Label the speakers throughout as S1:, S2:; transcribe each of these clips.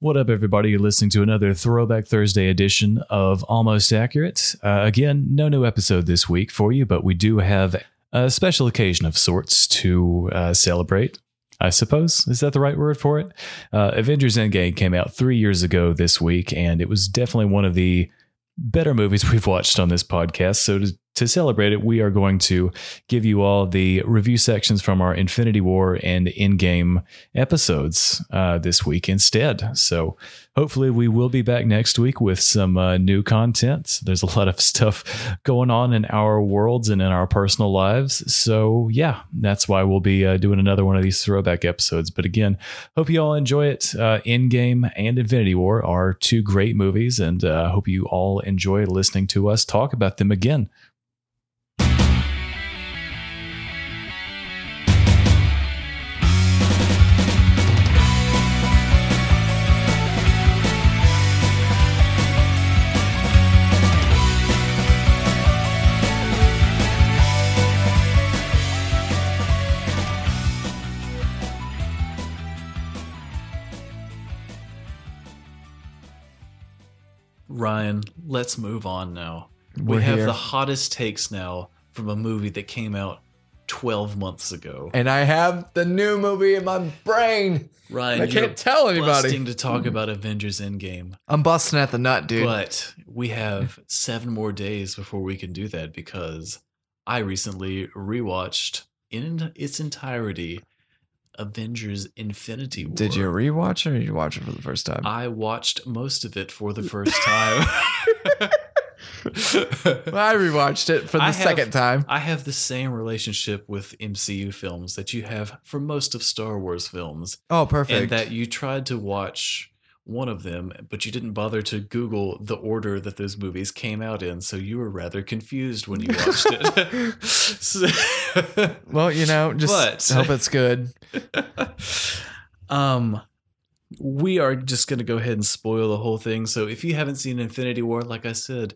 S1: What up, everybody? You're listening to another Throwback Thursday edition of Almost Accurate. Uh, again, no new episode this week for you, but we do have a special occasion of sorts to uh, celebrate. I suppose is that the right word for it? Uh, Avengers Endgame came out three years ago this week, and it was definitely one of the better movies we've watched on this podcast. So to, to celebrate it, we are going to give you all the review sections from our Infinity War and Endgame episodes uh, this week instead. So hopefully we will be back next week with some uh, new content. There's a lot of stuff going on in our worlds and in our personal lives. So yeah, that's why we'll be uh, doing another one of these throwback episodes. But again, hope you all enjoy it. Uh, Endgame and Infinity War are two great movies, and uh, hope you all enjoy listening to us talk about them again.
S2: Ryan, let's move on now.
S3: We're
S2: we have
S3: here.
S2: the hottest takes now from a movie that came out 12 months ago.
S3: And I have the new movie in my brain.
S2: Ryan,
S3: I
S2: you're Mm-hmm.
S3: can't tell anybody.
S2: busting to talk about Avengers Endgame,
S3: I'm busting at the nut, dude.
S2: but we have seven more days before we can do that because I recently rewatched in its entirety Avengers Infinity War.
S3: Did you rewatch it or did you watch it for the first time?
S2: I watched most of it for the first time.
S3: I rewatched it for the
S2: I have-
S3: second time.
S2: I have the same relationship with MCU films that you have for most of Star Wars films,
S3: Oh, perfect.
S2: and that you tried to watch one of them, but you didn't bother to Google the order that those movies came out in, so you were rather confused when you watched it. So-
S3: well, you know, just
S2: But-
S3: hope it's good.
S2: um, we are just going to go ahead and spoil the whole thing. So if you haven't seen Infinity War, like I said,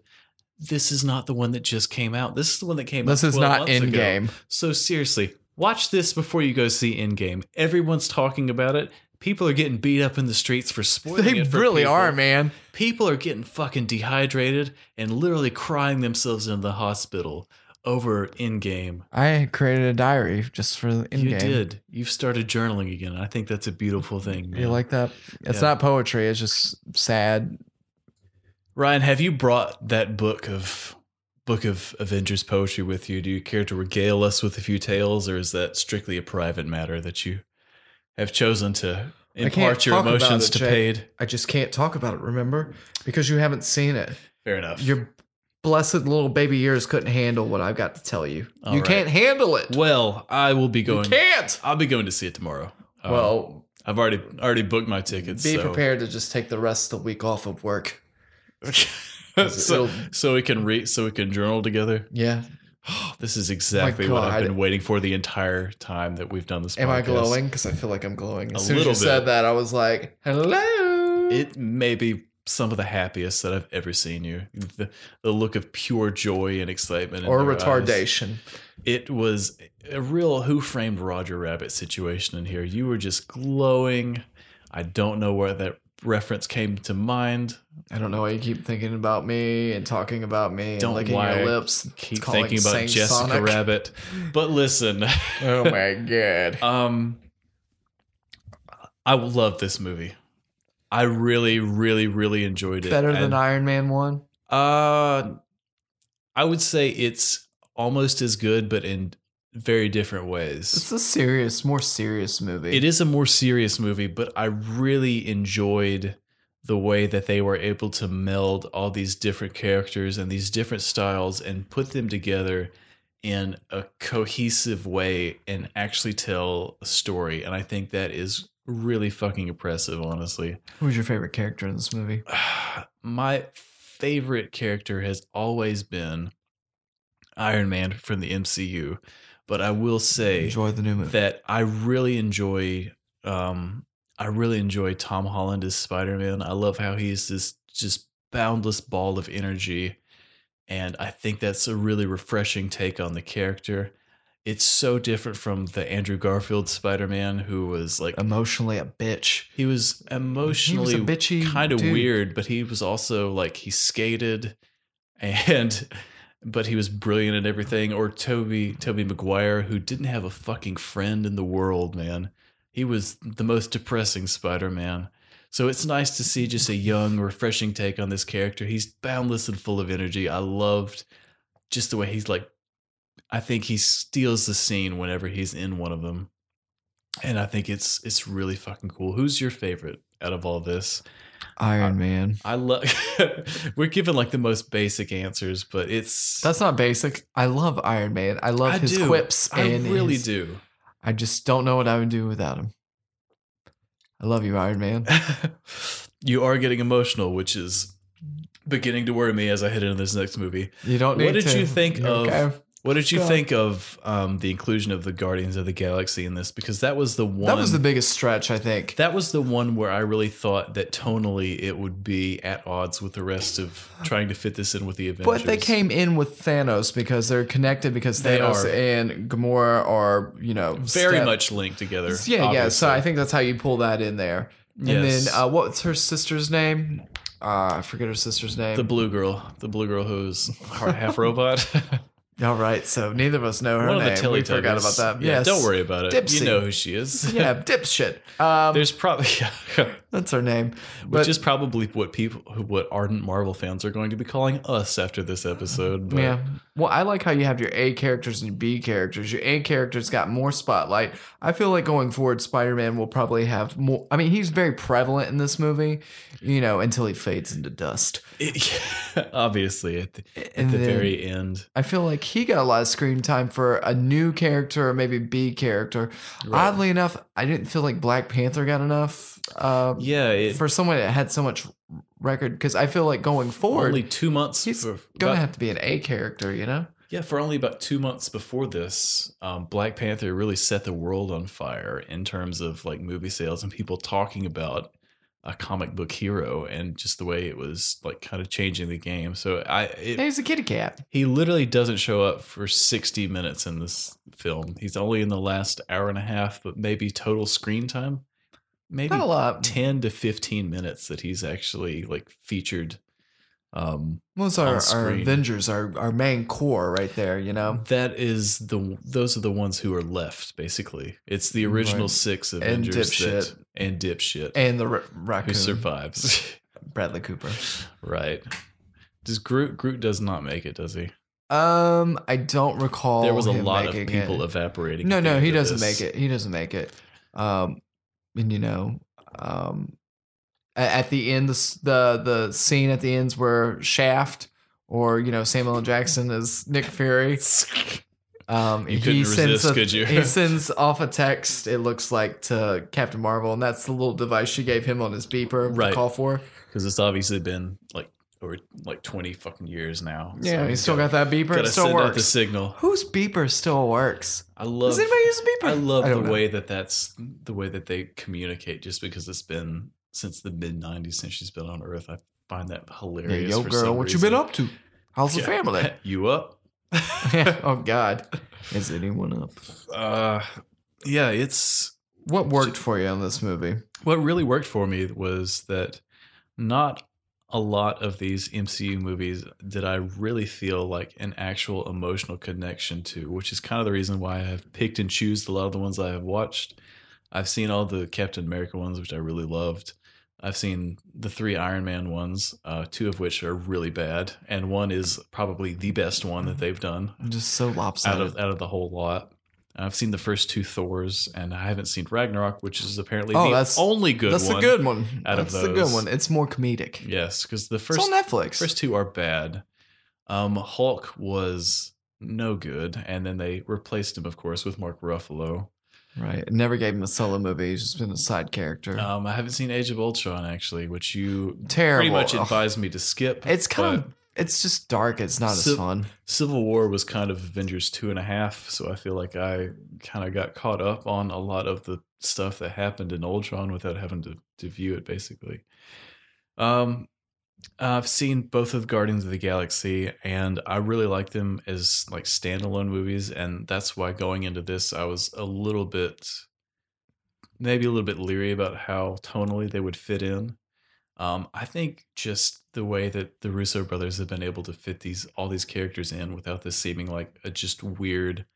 S2: this is not the one that just came out. This is the one that came
S3: This
S2: out.
S3: is
S2: 12
S3: not
S2: months
S3: in
S2: ago.
S3: game.
S2: So seriously, watch this before you go see Endgame. Everyone's talking about it. People are getting beat up in the streets for spoiling
S3: They
S2: it. for
S3: really
S2: people.
S3: are, man.
S2: People are getting fucking dehydrated and literally crying themselves into the hospital over Endgame.
S3: I created a diary just for in game.
S2: You did. You've started journaling again. I think that's a beautiful thing. Man.
S3: You like that? It's
S2: Yeah.
S3: not poetry. It's just sad.
S2: Ryan? Have you brought that book of book of Avengers poetry with you? Do you care to regale us with a few tales, or is that strictly a private matter that you have chosen to
S3: can't
S2: impart your
S3: talk about
S2: emotions
S3: it,
S2: to
S3: Jake.
S2: paid?
S3: I just can't talk about it. Remember, because you haven't seen it.
S2: Fair enough.
S3: Your blessed little baby ears couldn't handle what I've got to tell you.
S2: All
S3: you
S2: right.
S3: can't handle it.
S2: well, I will be
S3: you
S2: going.
S3: can't.
S2: I'll be going to see it tomorrow. Um,
S3: well,
S2: I've already already booked my tickets.
S3: be
S2: so.
S3: prepared to just take the rest of the week off of work.
S2: so,
S3: It'll-
S2: so we can read. So we can journal together.
S3: Yeah.
S2: this is exactly what I've
S3: God.
S2: been waiting for the entire time that we've done this.
S3: Am I
S2: podcast.
S3: glowing? Because I feel like I'm glowing. As
S2: A
S3: soon as you
S2: little bit.
S3: said that, I was like, "Hello."
S2: It may be some of the happiest that I've ever seen you. The, the look of pure joy and excitement, in
S3: or
S2: their eyes.
S3: retardation.
S2: It was a real Who Framed Roger Rabbit situation in here. You were just glowing. I don't know where that reference came to mind.
S3: I don't know why you keep thinking about me and talking about me and
S2: Don't
S3: licking
S2: why
S3: your lips. and
S2: Keep
S3: calling
S2: thinking about
S3: saying
S2: Jessica
S3: Sonic.
S2: Rabbit. But listen,
S3: oh my god.
S2: um, I love this movie. I really, really, really enjoyed it.
S3: Better than
S2: And-
S3: Iron Man one.
S2: Uh, I would say it's almost as good, but in very different ways.
S3: It's a serious, more serious movie.
S2: It is a more serious movie, but I really enjoyed the way that they were able to meld all these different characters and these different styles and put them together in a cohesive way and actually tell a story. And I think that is really fucking impressive, honestly.
S3: Who's your favorite character in this movie?
S2: My favorite character has always been Iron Man from the MCU, but I will say
S3: Enjoy the new movie.
S2: that I really enjoy um I really enjoy Tom Holland as Spider-Man. I love how he's this just boundless ball of energy and I think that's a really refreshing take on the character. It's so different from the Andrew Garfield Spider-Man who was like
S3: Emotionally, a bitch.
S2: Um, he was emotionally
S3: he was a bitchy,
S2: kind of
S3: dude.
S2: weird, but he was also like he skated and but he was brilliant at everything. Or Toby Toby Maguire, who didn't have a fucking friend in the world, man. He was the most depressing Spider-Man. So it's nice to see just a young, refreshing take on this character. He's boundless and full of energy. I loved just the way he's like I think he steals the scene whenever he's in one of them. And I think it's it's really fucking cool. Who's your favorite out of all this?
S3: Iron Man.
S2: I love we're given like the most basic answers, but it's
S3: That's not basic. I love Iron Man. I love
S2: I
S3: his
S2: do.
S3: quips.
S2: I
S3: and
S2: really
S3: his-
S2: do.
S3: I just don't know what I would do without him. I love you, Iron Man.
S2: you are getting emotional, which is beginning to worry me as I head into this next movie.
S3: You don't
S2: What
S3: need
S2: did
S3: to.
S2: you think
S3: You're
S2: of- What did you
S3: Go.
S2: think of um, the inclusion of the Guardians of the Galaxy in this? Because that was the one
S3: That was the biggest stretch, I think.
S2: That was the one where I really thought that tonally it would be at odds with the rest of trying to fit this in with the Avengers.
S3: But they came in with Thanos because they're connected because
S2: They
S3: Thanos
S2: are.
S3: and Gamora are, you know,
S2: very
S3: step-
S2: much linked together.
S3: Yeah, yeah. So
S2: obviously.
S3: I think that's how you pull that in there. And
S2: Yes.
S3: then uh, what's her sister's name? Uh, I forget her sister's name.
S2: the blue girl, the blue girl who's half half robot.
S3: All right, so neither of us know her
S2: One of the
S3: name. We
S2: Teletubbies.
S3: forgot about that.
S2: Yeah,
S3: yes.
S2: don't worry about it.
S3: Dipsy.
S2: You know who she is.
S3: yeah, dipshit. Um,
S2: There's probably yeah,
S3: that's her name.
S2: which
S3: But
S2: is probably what people, what ardent Marvel fans are going to be calling us after this episode. But
S3: yeah. Well, I like how you have your A characters and your B characters. Your A characters got more spotlight. I feel like going forward, Spider Man will probably have more. I mean, he's very prevalent in this movie, you know, until he fades into dust.
S2: it- obviously at the, at
S3: And
S2: the
S3: then-
S2: very end,
S3: I feel like he got a lot of screen time for a new character or maybe B character.
S2: Right.
S3: Oddly enough, I didn't feel like Black Panther got enough uh,
S2: yeah, it,
S3: for someone that had so much record. Because I feel like going forward,
S2: only two months.
S3: he's
S2: for,
S3: gonna
S2: about-
S3: have to be an A character, you know?
S2: Yeah, for only about two months before this, um, Black Panther really set the world on fire in terms of like movie sales and people talking about a comic book hero and just the way it was like kind of changing the game. So I,
S3: Yeah,
S2: it,
S3: he's a kitty cat.
S2: he literally doesn't show up for sixty minutes in this film. He's only in the last hour and a half, but maybe total screen time, maybe
S3: Not a lot.
S2: ten to fifteen minutes that he's actually like featured. Um,
S3: Most our, our
S2: screen.
S3: Avengers, our our main core, right there, you know.
S2: That is the those are the ones who are left. Basically, it's the original
S3: Right.
S2: six
S3: And
S2: Avengers that,
S3: dipshit.
S2: and dipshit
S3: And the r-
S2: who
S3: raccoon,
S2: survives.
S3: Bradley Cooper.
S2: right? Does Groot? Groot does not make it, does he?
S3: Um, I don't recall.
S2: there was a
S3: him
S2: lot of
S3: making
S2: people
S3: it.
S2: evaporating.
S3: No,
S2: at the
S3: no,
S2: end
S3: he
S2: of
S3: doesn't
S2: this.
S3: make it. He doesn't make it. Um, and you know, um, a- at the end, the s- the the scene at the ends where Shaft or you know Samuel L. Jackson is Nick Fury. Um,
S2: You couldn't
S3: he sends
S2: resist,
S3: a,
S2: could you?
S3: he sends off a text. It looks like to Captain Marvel, and that's the little device she gave him on his beeper
S2: Right.
S3: to call for.
S2: because it's obviously been like over like twenty fucking years now.
S3: Yeah,
S2: So
S3: he still
S2: gotta-
S3: got that beeper. It
S2: Gotta
S3: still
S2: send out the
S3: works.
S2: signal.
S3: Whose beeper still works?
S2: I love.
S3: Does anybody use a beeper?
S2: I love
S3: don't
S2: the
S3: know.
S2: way that that's the way that they communicate. Just because it's been since the mid '90s since she's been on Earth, I find that
S3: Yeah,
S2: hilarious.
S3: yo,
S2: for
S3: girl,
S2: some
S3: what
S2: reason.
S3: you been up to? How's the
S2: Yeah.
S3: family?
S2: You up?
S3: oh God, is anyone up?
S2: Uh, yeah, it's
S3: What worked for you on this movie?
S2: what really worked for me was that not a lot of these MCU movies did I really feel like an actual emotional connection to, which is kind of the reason why I have picked and choosed a lot of the ones I have watched. I've seen all the Captain America ones, which I really loved. I've seen the three Iron Man ones, uh, two of which are really bad, and one is probably the best one that they've done
S3: I'm just so
S2: out
S3: lopsided.
S2: of out of the whole lot. I've seen the first two Thors, and I haven't seen Ragnarok, which is apparently
S3: Oh,
S2: the
S3: that's-
S2: only good
S3: That's
S2: one.
S3: the good one.
S2: out of
S3: That's the good
S2: those.
S3: one. It's more comedic.
S2: Yes, because the
S3: it's
S2: first
S3: on Netflix.
S2: first two are bad. Um, Hulk was no good. And then they replaced him, of course, with Mark Ruffalo.
S3: Right. It never gave him a solo movie. He's just been a side character.
S2: Um, I haven't seen Age of Ultron actually, which you
S3: Terrible.
S2: pretty much
S3: Ugh.
S2: advised me to skip.
S3: It's kind
S2: but
S3: of. It's just dark. It's not
S2: So-
S3: as fun.
S2: Civil War was kind of Avengers two and a half, so I feel like I kind of got caught up on a lot of the stuff that happened in Ultron without having to, to view it. Basically, um, I've seen both of Guardians of the Galaxy, and I really like them as like standalone movies, and that's why going into this, I was a little bit, maybe a little bit leery about how tonally they would fit in. Um, I think just the way that the Russo brothers have been able to fit these all these characters in without this seeming like a just weird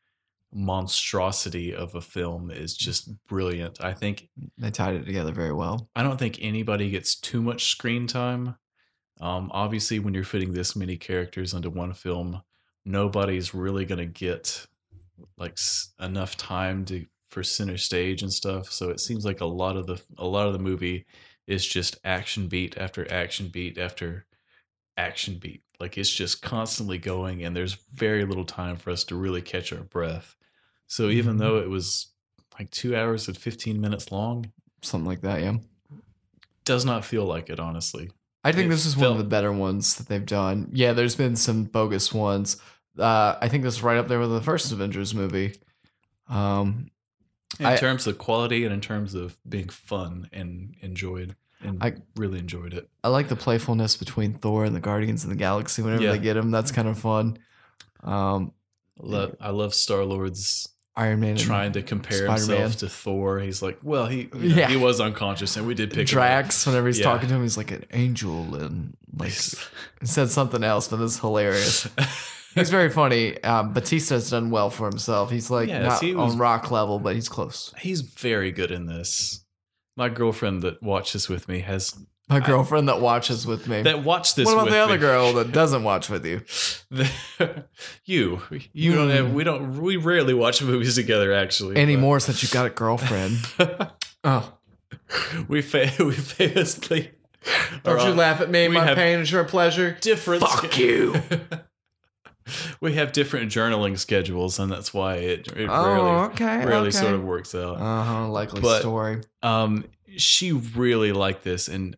S2: monstrosity of a film is just brilliant. I think
S3: They tied it together very well.
S2: I don't think anybody gets too much screen time. Um, obviously, when you're fitting this many characters into one film, nobody's really going to get like s- enough time to for center stage and stuff. So it seems like a lot of the a lot of the movie is just action beat after action beat after action beat. Like it's just constantly going, and there's very little time for us to really catch our breath. So even
S3: Mhm.
S2: though it was like two hours and fifteen minutes long,
S3: Something like that. Yeah.
S2: does not feel like it, honestly.
S3: I think
S2: It
S3: this is one
S2: felt-
S3: of the better ones that they've done. Yeah, there's been some bogus ones. Uh, I think this is right up there with the first Avengers movie. Um,
S2: In
S3: I-
S2: terms of quality and in terms of being fun and enjoyed. And I
S3: I-
S2: really enjoyed it.
S3: I like the playfulness between Thor and the Guardians of the Galaxy. Whenever
S2: Yeah.
S3: they get him, that's kind of fun. Um,
S2: I love, I love Star Lord's
S3: Iron Man and
S2: trying to compare
S3: Spider-Man.
S2: himself to Thor. He's like, well, he you know,
S3: Yeah.
S2: he was unconscious, and we did pick
S3: Drax. Whenever he's
S2: Yeah.
S3: talking to him, he's like an angel and
S2: Him
S3: like
S2: up.
S3: he said something else, but it's hilarious. He's very funny. Um, Batista's done well for himself. He's like
S2: Yes,
S3: not
S2: he was-
S3: on rock level, but he's close.
S2: He's very good in this. My girlfriend that watches with me has
S3: My girlfriend that watches with me.
S2: that watched this.
S3: what about
S2: with
S3: the other
S2: me.
S3: girl that doesn't watch with you?
S2: The- you, you don't have. We don't. We rarely watch movies together, actually. but-
S3: Hmm. Anymore since you got a girlfriend. oh.
S2: we fa- we famously. are
S3: Don't you
S2: on-
S3: laugh at me.
S2: we
S3: My
S2: have-
S3: pain is your pleasure.
S2: different.
S3: Fuck you.
S2: we have different journaling schedules, and that's why it, it
S3: oh,
S2: rarely,
S3: okay.
S2: rarely
S3: okay.
S2: sort of works out.
S3: Uh huh. Likely
S2: But-
S3: story.
S2: Um, she really liked this and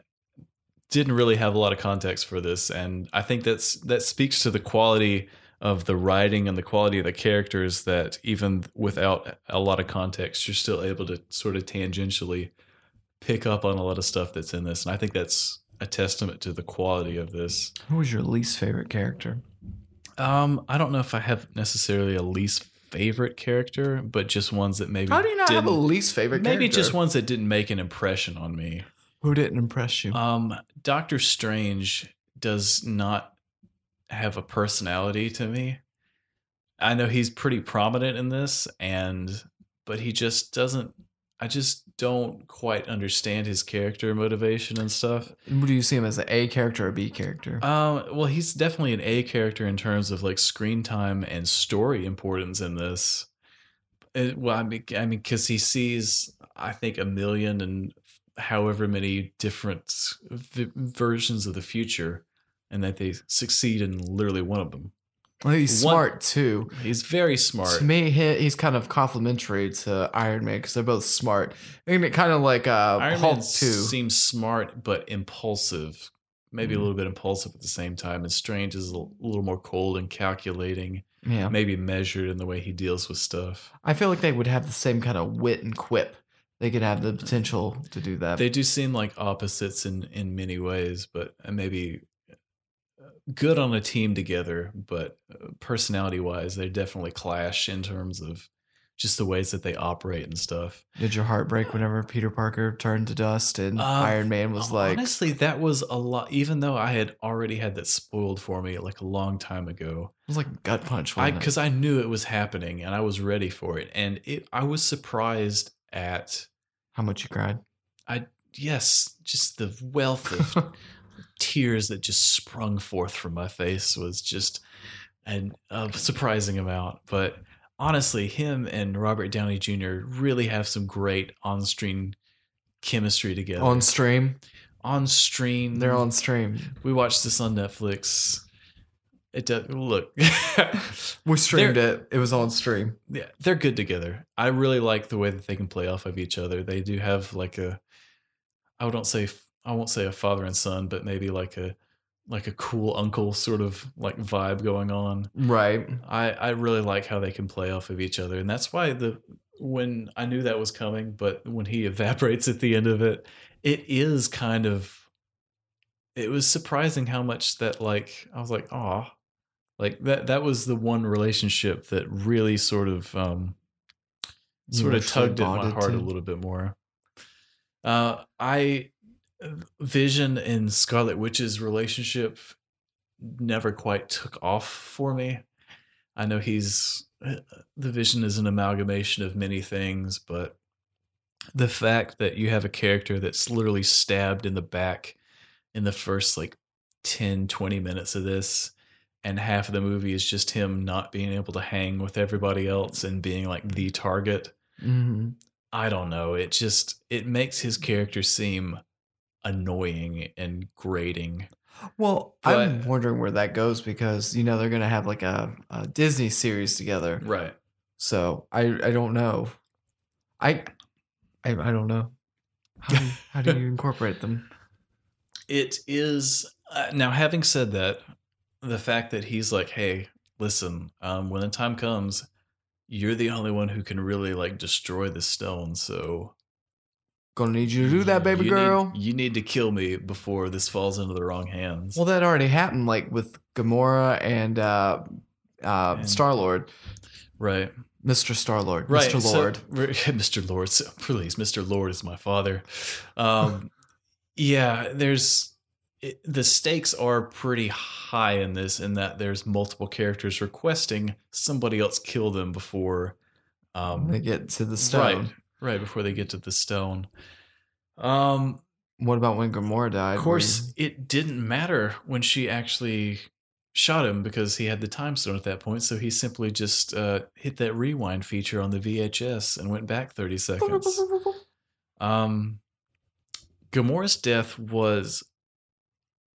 S2: didn't really have a lot of context for this, and I think that's that speaks to the quality of the writing and the quality of the characters that even without a lot of context, you're still able to sort of tangentially pick up on a lot of stuff that's in this, and I think that's a testament to the quality of this.
S3: Who was your least favorite character?
S2: Um, I don't know if I have necessarily a least favorite character, but just ones that maybe
S3: How do you not have a
S2: didn't-
S3: least favorite character?
S2: maybe just ones that didn't make an impression on me.
S3: Who didn't impress you?
S2: Um, Doctor Strange does not have a personality to me. I know he's pretty prominent in this, and but he just doesn't. I just don't quite understand his character motivation and stuff.
S3: do you see him as an A character or a B character?
S2: Um, well, he's definitely an A character in terms of like screen time and story importance in this. It- well, I mean, I mean, because he sees, I think, a million and however many different v- versions of the future, and that they succeed in literally one of them.
S3: Well, he's
S2: one-
S3: smart too.
S2: He's very smart.
S3: To me, he, he's kind of complimentary to Iron Man because they're both smart. And it kind of like uh,
S2: Iron
S3: Hulk
S2: Man
S3: too.
S2: seems smart but impulsive, maybe
S3: Mm-hmm.
S2: a little bit impulsive at the same time. And Strange is a little more cold and calculating,
S3: yeah,
S2: maybe measured in the way he deals with stuff.
S3: I feel like they would have the same kind of wit and quip. They could have the potential to do that.
S2: they do seem like opposites in in many ways but uh, maybe uh, good on a team together but personality wise they definitely clash in terms of just the ways that they operate and stuff
S3: Did your heart break whenever Peter Parker turned to dust and
S2: Uh,
S3: Iron Man was like,
S2: honestly that was a lot even though i had already had that spoiled for me like a long time ago
S3: it was like a gut punch.
S2: I
S3: wasn't it?
S2: because I knew it was happening and I was ready for it and it I was surprised at
S3: how much you cried?
S2: yes just the wealth of tears that just sprung forth from my face was just an a surprising amount. But honestly, him and Robert Downey Jr. really have some great on-screen chemistry together.
S3: on stream,
S2: on stream,
S3: they're on stream.
S2: We watched this on Netflix. It does. Look,
S3: We streamed it. It was on stream.
S2: yeah, they're good together. I really like the way that they can play off of each other. They do have like a, I don't say I won't say a father and son, but maybe like a like a cool uncle sort of like vibe going on.
S3: Right.
S2: I I really like how they can play off of each other, and that's why the when I knew that was coming, but when he evaporates at the end of it, it is kind of. It was surprising how much that like I was like ah, like that that was the one relationship that really sort of um
S3: You
S2: sort of
S3: emotionally
S2: tugged at my
S3: bonded
S2: heart
S3: to?
S2: a little bit more. Uh, I Vision and Scarlet Witch's relationship never quite took off for me. I know he's the Vision is an amalgamation of many things, but the fact that you have a character that's literally stabbed in the back in the first like 10 20 minutes of this and half of the movie is just him not being able to hang with everybody else and being like the target
S3: Mm-hmm.
S2: I don't know. It just it makes his character seem annoying and grating.
S3: Well, I'm
S2: But-
S3: wondering where that goes because you know they're gonna have like a, a Disney series together.
S2: Right.
S3: So I I don't know. I I, I don't know. How do, you, how do you incorporate them?
S2: It is uh, now having said that, the fact that he's like, "Hey, listen, um when the time comes, you're the only one who can really like destroy the stone, so
S3: Gonna need you to do that, baby
S2: you need-
S3: girl.
S2: you need to kill me before this falls into the wrong hands."
S3: Well, that already happened, like with Gamora and uh, uh,
S2: And-
S3: Star Lord,
S2: right.
S3: Mister Star Lord,
S2: Right,
S3: Mister
S2: so-
S3: Lord.
S2: r- Mr. Lord. So please, Mr. Lord is my father. Um, yeah, there's it, the stakes are pretty high in this, in that there's multiple characters requesting somebody else kill them before. Um,
S3: They get to the stone.
S2: Right, right before they get to the stone. Um,
S3: What about when Gamora died?
S2: of course, it didn't matter when she actually shot him because he had the time stone at that point. So he simply just uh, hit that rewind feature on the VHS and went back 30 seconds. Um, Gamora's death was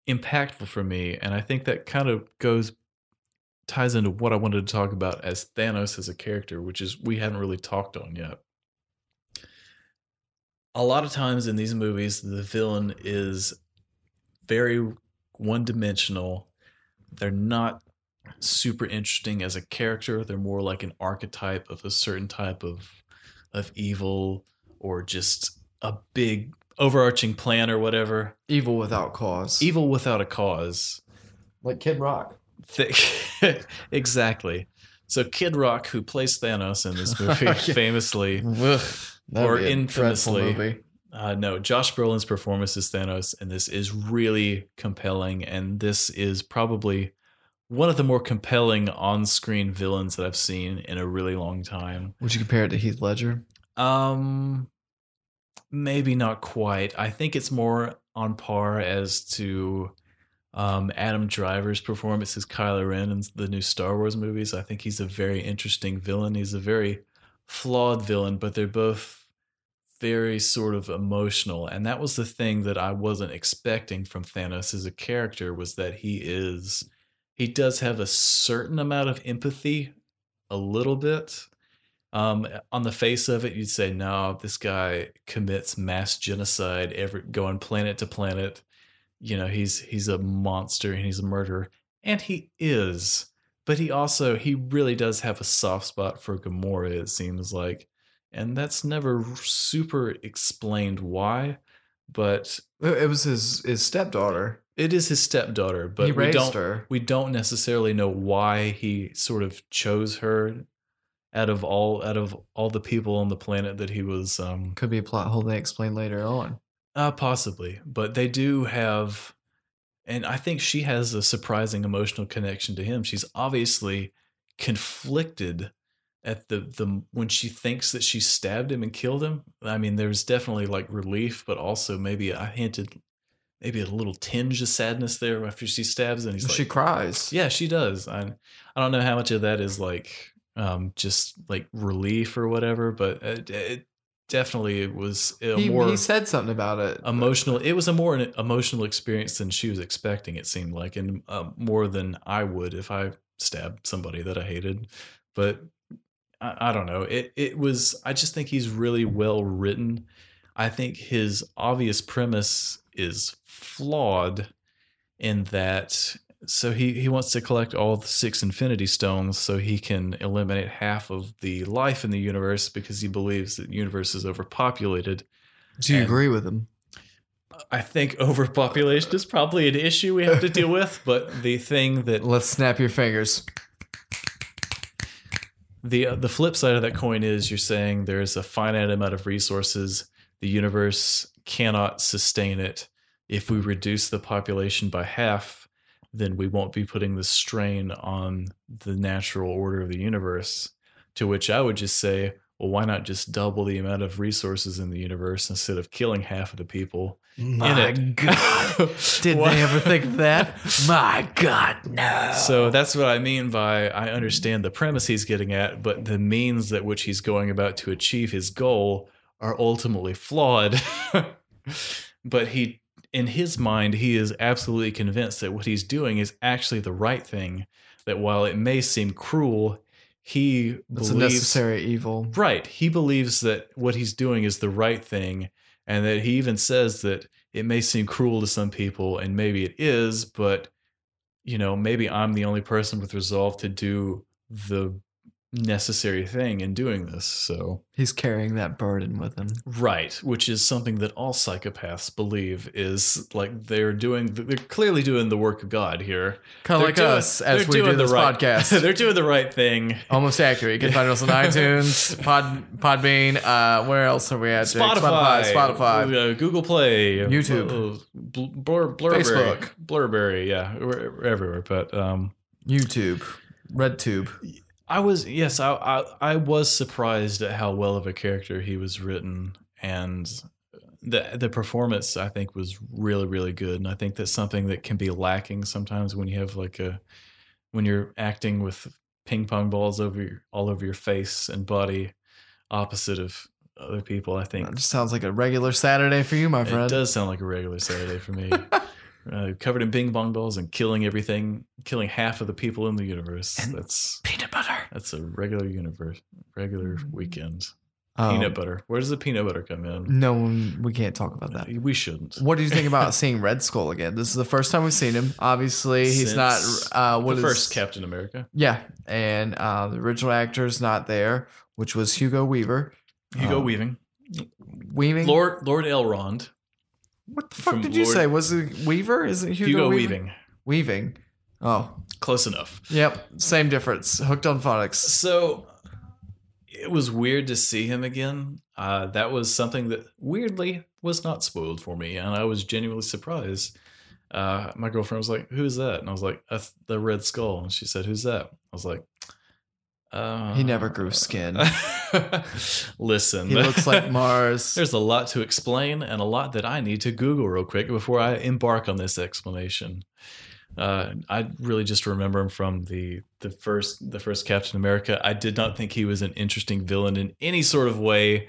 S2: impactful for me, and I think that kind of goes ties into what I wanted to talk about as Thanos as a character, which is we haven't really talked on yet. A lot of times in these movies, the villain is very one dimensional. They're not super interesting as a character. They're more like an archetype of a certain type of of evil or just a big overarching plan or whatever.
S3: evil without cause,
S2: Evil without a cause.
S3: like Kid Rock.
S2: Thick. exactly. So Kid Rock, who plays Thanos in this movie,
S3: Okay.
S2: famously,
S3: That'd
S2: Or
S3: be a dreadful
S2: infamously.
S3: movie.
S2: uh, no, Josh Brolin's performance as Thanos in this is really compelling, and this is probably one of the more compelling on-screen villains that I've seen in a really long time.
S3: Would you compare it to Heath Ledger?
S2: Um, maybe not quite. I think it's more on par as to um, Adam Driver's performance as Kylo Ren in the new Star Wars movies. I think he's a very interesting villain. He's a very flawed villain, but they're both very sort of emotional, and that was the thing that I wasn't expecting from Thanos as a character was that he is he does have a certain amount of empathy, a little bit. Um, on the face of it, you'd say, no, this guy commits mass genocide, every going planet to planet. You know, he's he's a monster and he's a murderer, and he is. But he also he really does have a soft spot for Gamora. It seems like, and that's never super explained why, but
S3: It it was his his stepdaughter.
S2: it is his stepdaughter. But
S3: he
S2: we
S3: raised
S2: don't
S3: her.
S2: we don't necessarily know why he sort of chose her out of all out of all the people on the planet that he was um
S3: Could be a plot hole they explain later on.
S2: uh possibly but they do have and i think she has a surprising emotional connection to him she's obviously conflicted at the the when she thinks that she stabbed him and killed him i mean there's definitely like relief but also maybe i hinted maybe a little tinge of sadness there after she stabs and he's like
S3: she cries.
S2: yeah, she does. I I don't know how much of that is like um just like relief or whatever, but it, it definitely it was a
S3: He,
S2: more
S3: he said something about it.
S2: emotional. It was a more an emotional experience than she was expecting. It seemed like, and uh, more than I would if I stabbed somebody that I hated. But I, I don't know. It it was. I just think he's really well written. I think his obvious premise is flawed in that. So he, he wants to collect all the six infinity stones so he can eliminate half of the life in the universe because he believes that universe is overpopulated
S3: Do you
S2: and-
S3: agree with him?
S2: I think overpopulation is probably an issue we have to deal with, but the thing that
S3: Let's snap your fingers.
S2: the the flip side of that coin is you're saying there's a finite amount of resources, the universe cannot sustain it. If we reduce the population by half, then we won't be putting the strain on the natural order of the universe. To which I would just say, well, why not just double the amount of resources in the universe instead of killing half of the people?
S3: My
S2: it.
S3: God. Did
S2: Why-
S3: they ever think of that? My God, no.
S2: So that's what I mean by I understand the premise he's getting at, but the means that which he's going about to achieve his goal are ultimately flawed. but he, in his mind, he is absolutely convinced that what he's doing is actually the right thing. That while it may seem cruel, he
S3: It's a
S2: believes
S3: necessary evil.
S2: Right. He believes that what he's doing is the right thing, and that he even says that it may seem cruel to some people, and maybe it is, but you know, maybe I'm the only person with resolve to do the necessary thing in doing this. So,
S3: He's carrying that burden with him.
S2: right, which is something that all psychopaths believe is like they're doing, they're clearly doing the work of God here.
S3: Kind of
S2: They're
S3: like
S2: doing-
S3: us as
S2: they're
S3: we do
S2: doing the
S3: this
S2: right-
S3: podcast.
S2: they're doing the right thing.
S3: Almost accurate. You can find us on iTunes, Pod, Podbean. Uh, where else are we at? Jake?
S2: Spotify,
S3: Spotify. Spotify.
S2: uh, Google Play,
S3: YouTube.
S2: uh, Blur, Blurberry,
S3: Facebook.
S2: Blurberry, yeah, we're, we're everywhere. But um,
S3: YouTube. RedTube.
S2: I was yes, I, I I was surprised at how well of a character he was written, and the the performance I think was really really good, and I think that's something that can be lacking sometimes when you have like a when you're acting with ping pong balls over your, all over your face and body, opposite of other people. I think
S3: That just sounds like a regular Saturday for you, my
S2: It
S3: friend.
S2: does sound like a regular Saturday for me. uh, covered in bing bong balls and killing everything, killing half of the people in the universe.
S3: And-
S2: that's
S3: Peanut butter.
S2: that's a regular universe, regular weekend.
S3: Um,
S2: peanut butter. Where does the peanut butter come in? Uh,
S3: No, we can't talk about that.
S2: We shouldn't.
S3: What do you think about seeing Red Skull again? This is the first time we've seen him. Obviously, he's
S2: Since
S3: not. Uh, what
S2: the
S3: is-
S2: first Captain America?
S3: Yeah, and uh, the original actor's not there, which was Hugo Weaver.
S2: Hugo
S3: Um,
S2: Weaving,
S3: Weaving.
S2: Lord Lord Elrond,
S3: what the fuck
S2: from
S3: did you
S2: Lord-
S3: say? Was it Weaver? Is it Hugo,
S2: Hugo,
S3: Weaver?
S2: Weaving.
S3: Weaving. Oh,
S2: Close enough.
S3: yep. Same difference. Hooked on phonics.
S2: So it was weird to see him again. Uh, that was something that weirdly was not spoiled for me, and I was genuinely surprised. Uh, my girlfriend was like, "Who's that?" And I was like, uh, "The Red Skull." And she said, "Who's that?" I was like, uh,
S3: He never grew skin.
S2: Listen,
S3: He looks like Mars.
S2: There's a lot to explain and a lot that I need to Google real quick before I embark on this explanation. Uh, I really just remember him from the the first the first Captain America. I did not think he was an interesting villain in any sort of way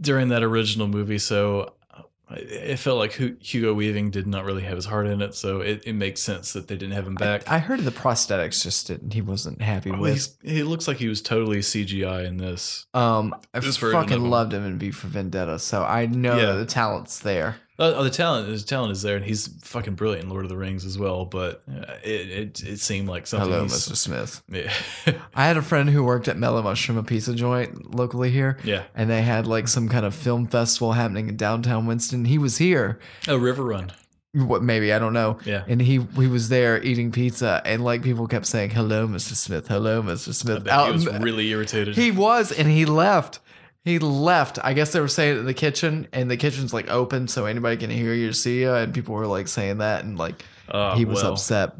S2: during that original movie. So uh, it felt like Hu- Hugo Weaving did not really have his heart in it. So it, it makes sense that they didn't have him back.
S3: I, I heard the prosthetics just didn't. He wasn't happy
S2: Oh,
S3: with.
S2: he's- he looks like he was totally CGI in this.
S3: Um, I
S2: This version of
S3: fucking
S2: him.
S3: loved him in V for Vendetta, so I know
S2: Yeah.
S3: the talent's there.
S2: Oh, oh, the talent, the talent is there, and he's fucking brilliant in Lord of the Rings as well. But uh, it it, it seemed like something.
S3: Hello,
S2: he's-
S3: Mr. Smith.
S2: Yeah.
S3: I had a friend who worked at Mellow Mushroom, a pizza joint locally here,
S2: yeah.
S3: and they had like some kind of film festival happening in downtown Winston. He was here,
S2: Oh, River Run.
S3: what maybe I don't know,
S2: Yeah.
S3: and he he was there eating pizza, and like people kept saying, "Hello, Mr. Smith. Hello, Mr.
S2: I
S3: Smith."
S2: bet he was really irritated.
S3: He was, and he left. He left. I guess they were saying it in the kitchen, and the kitchen's like open, so anybody can hear you or see you. And people were like saying that, and like
S2: Oh,
S3: he was
S2: well,
S3: upset.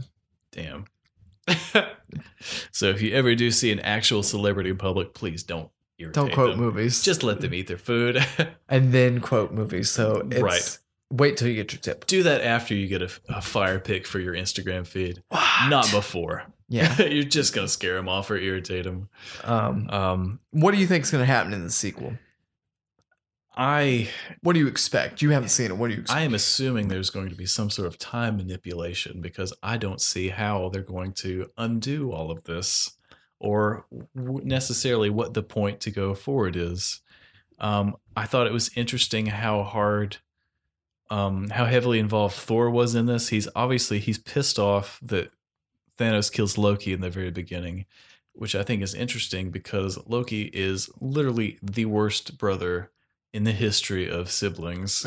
S2: Damn. so if you ever do see an actual celebrity in public, please don't irritate
S3: Don't quote
S2: them.
S3: movies.
S2: Just let them eat their food.
S3: and then quote movies. So it's
S2: Right.
S3: wait till you get your tip.
S2: do that after you get a, a fire pick for your Instagram feed, not before.
S3: Ah, Yeah.
S2: You're just gonna scare him off or irritate him.
S3: Um,
S2: Um,
S3: what do you think's going to happen in the sequel?
S2: I
S3: What do you expect? You haven't seen it. What do you expect?
S2: I am assuming there's going to be some sort of time manipulation because I don't see how they're going to undo all of this or w- necessarily what the point to go forward is. Um, I thought it was interesting how hard, um, how heavily involved Thor was in this. He's obviously he's pissed off that Thanos kills Loki in the very beginning, which I think is interesting because Loki is literally the worst brother in the history of siblings.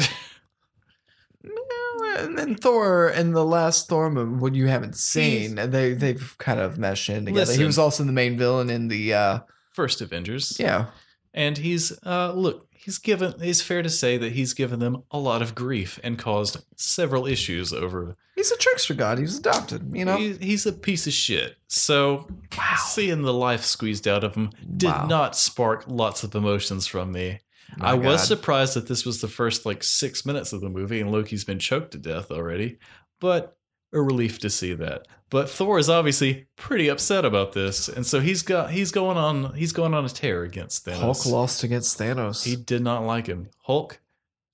S3: No, and then Thor and the last Thor movie, what you haven't seen, they they've kind of meshed in together. He
S2: Listen.
S3: was also the main villain in the uh
S2: first Avengers.
S3: yeah.
S2: And he's uh look, he's given it's fair to say that he's given them a lot of grief and caused several issues over
S3: He's a trickster god. He was adopted, you know.
S2: he, he's a piece of shit. So
S3: Wow.
S2: seeing the life squeezed out of him did
S3: Wow.
S2: not spark lots of emotions from me.
S3: My
S2: I was
S3: God.
S2: surprised that this was the first like six minutes of the movie and Loki's been choked to death already, but a relief to see that. But Thor is obviously pretty upset about this, and so he's got he's going on he's going on a tear against Thanos.
S3: Hulk lost against Thanos.
S2: He did not like him. Hulk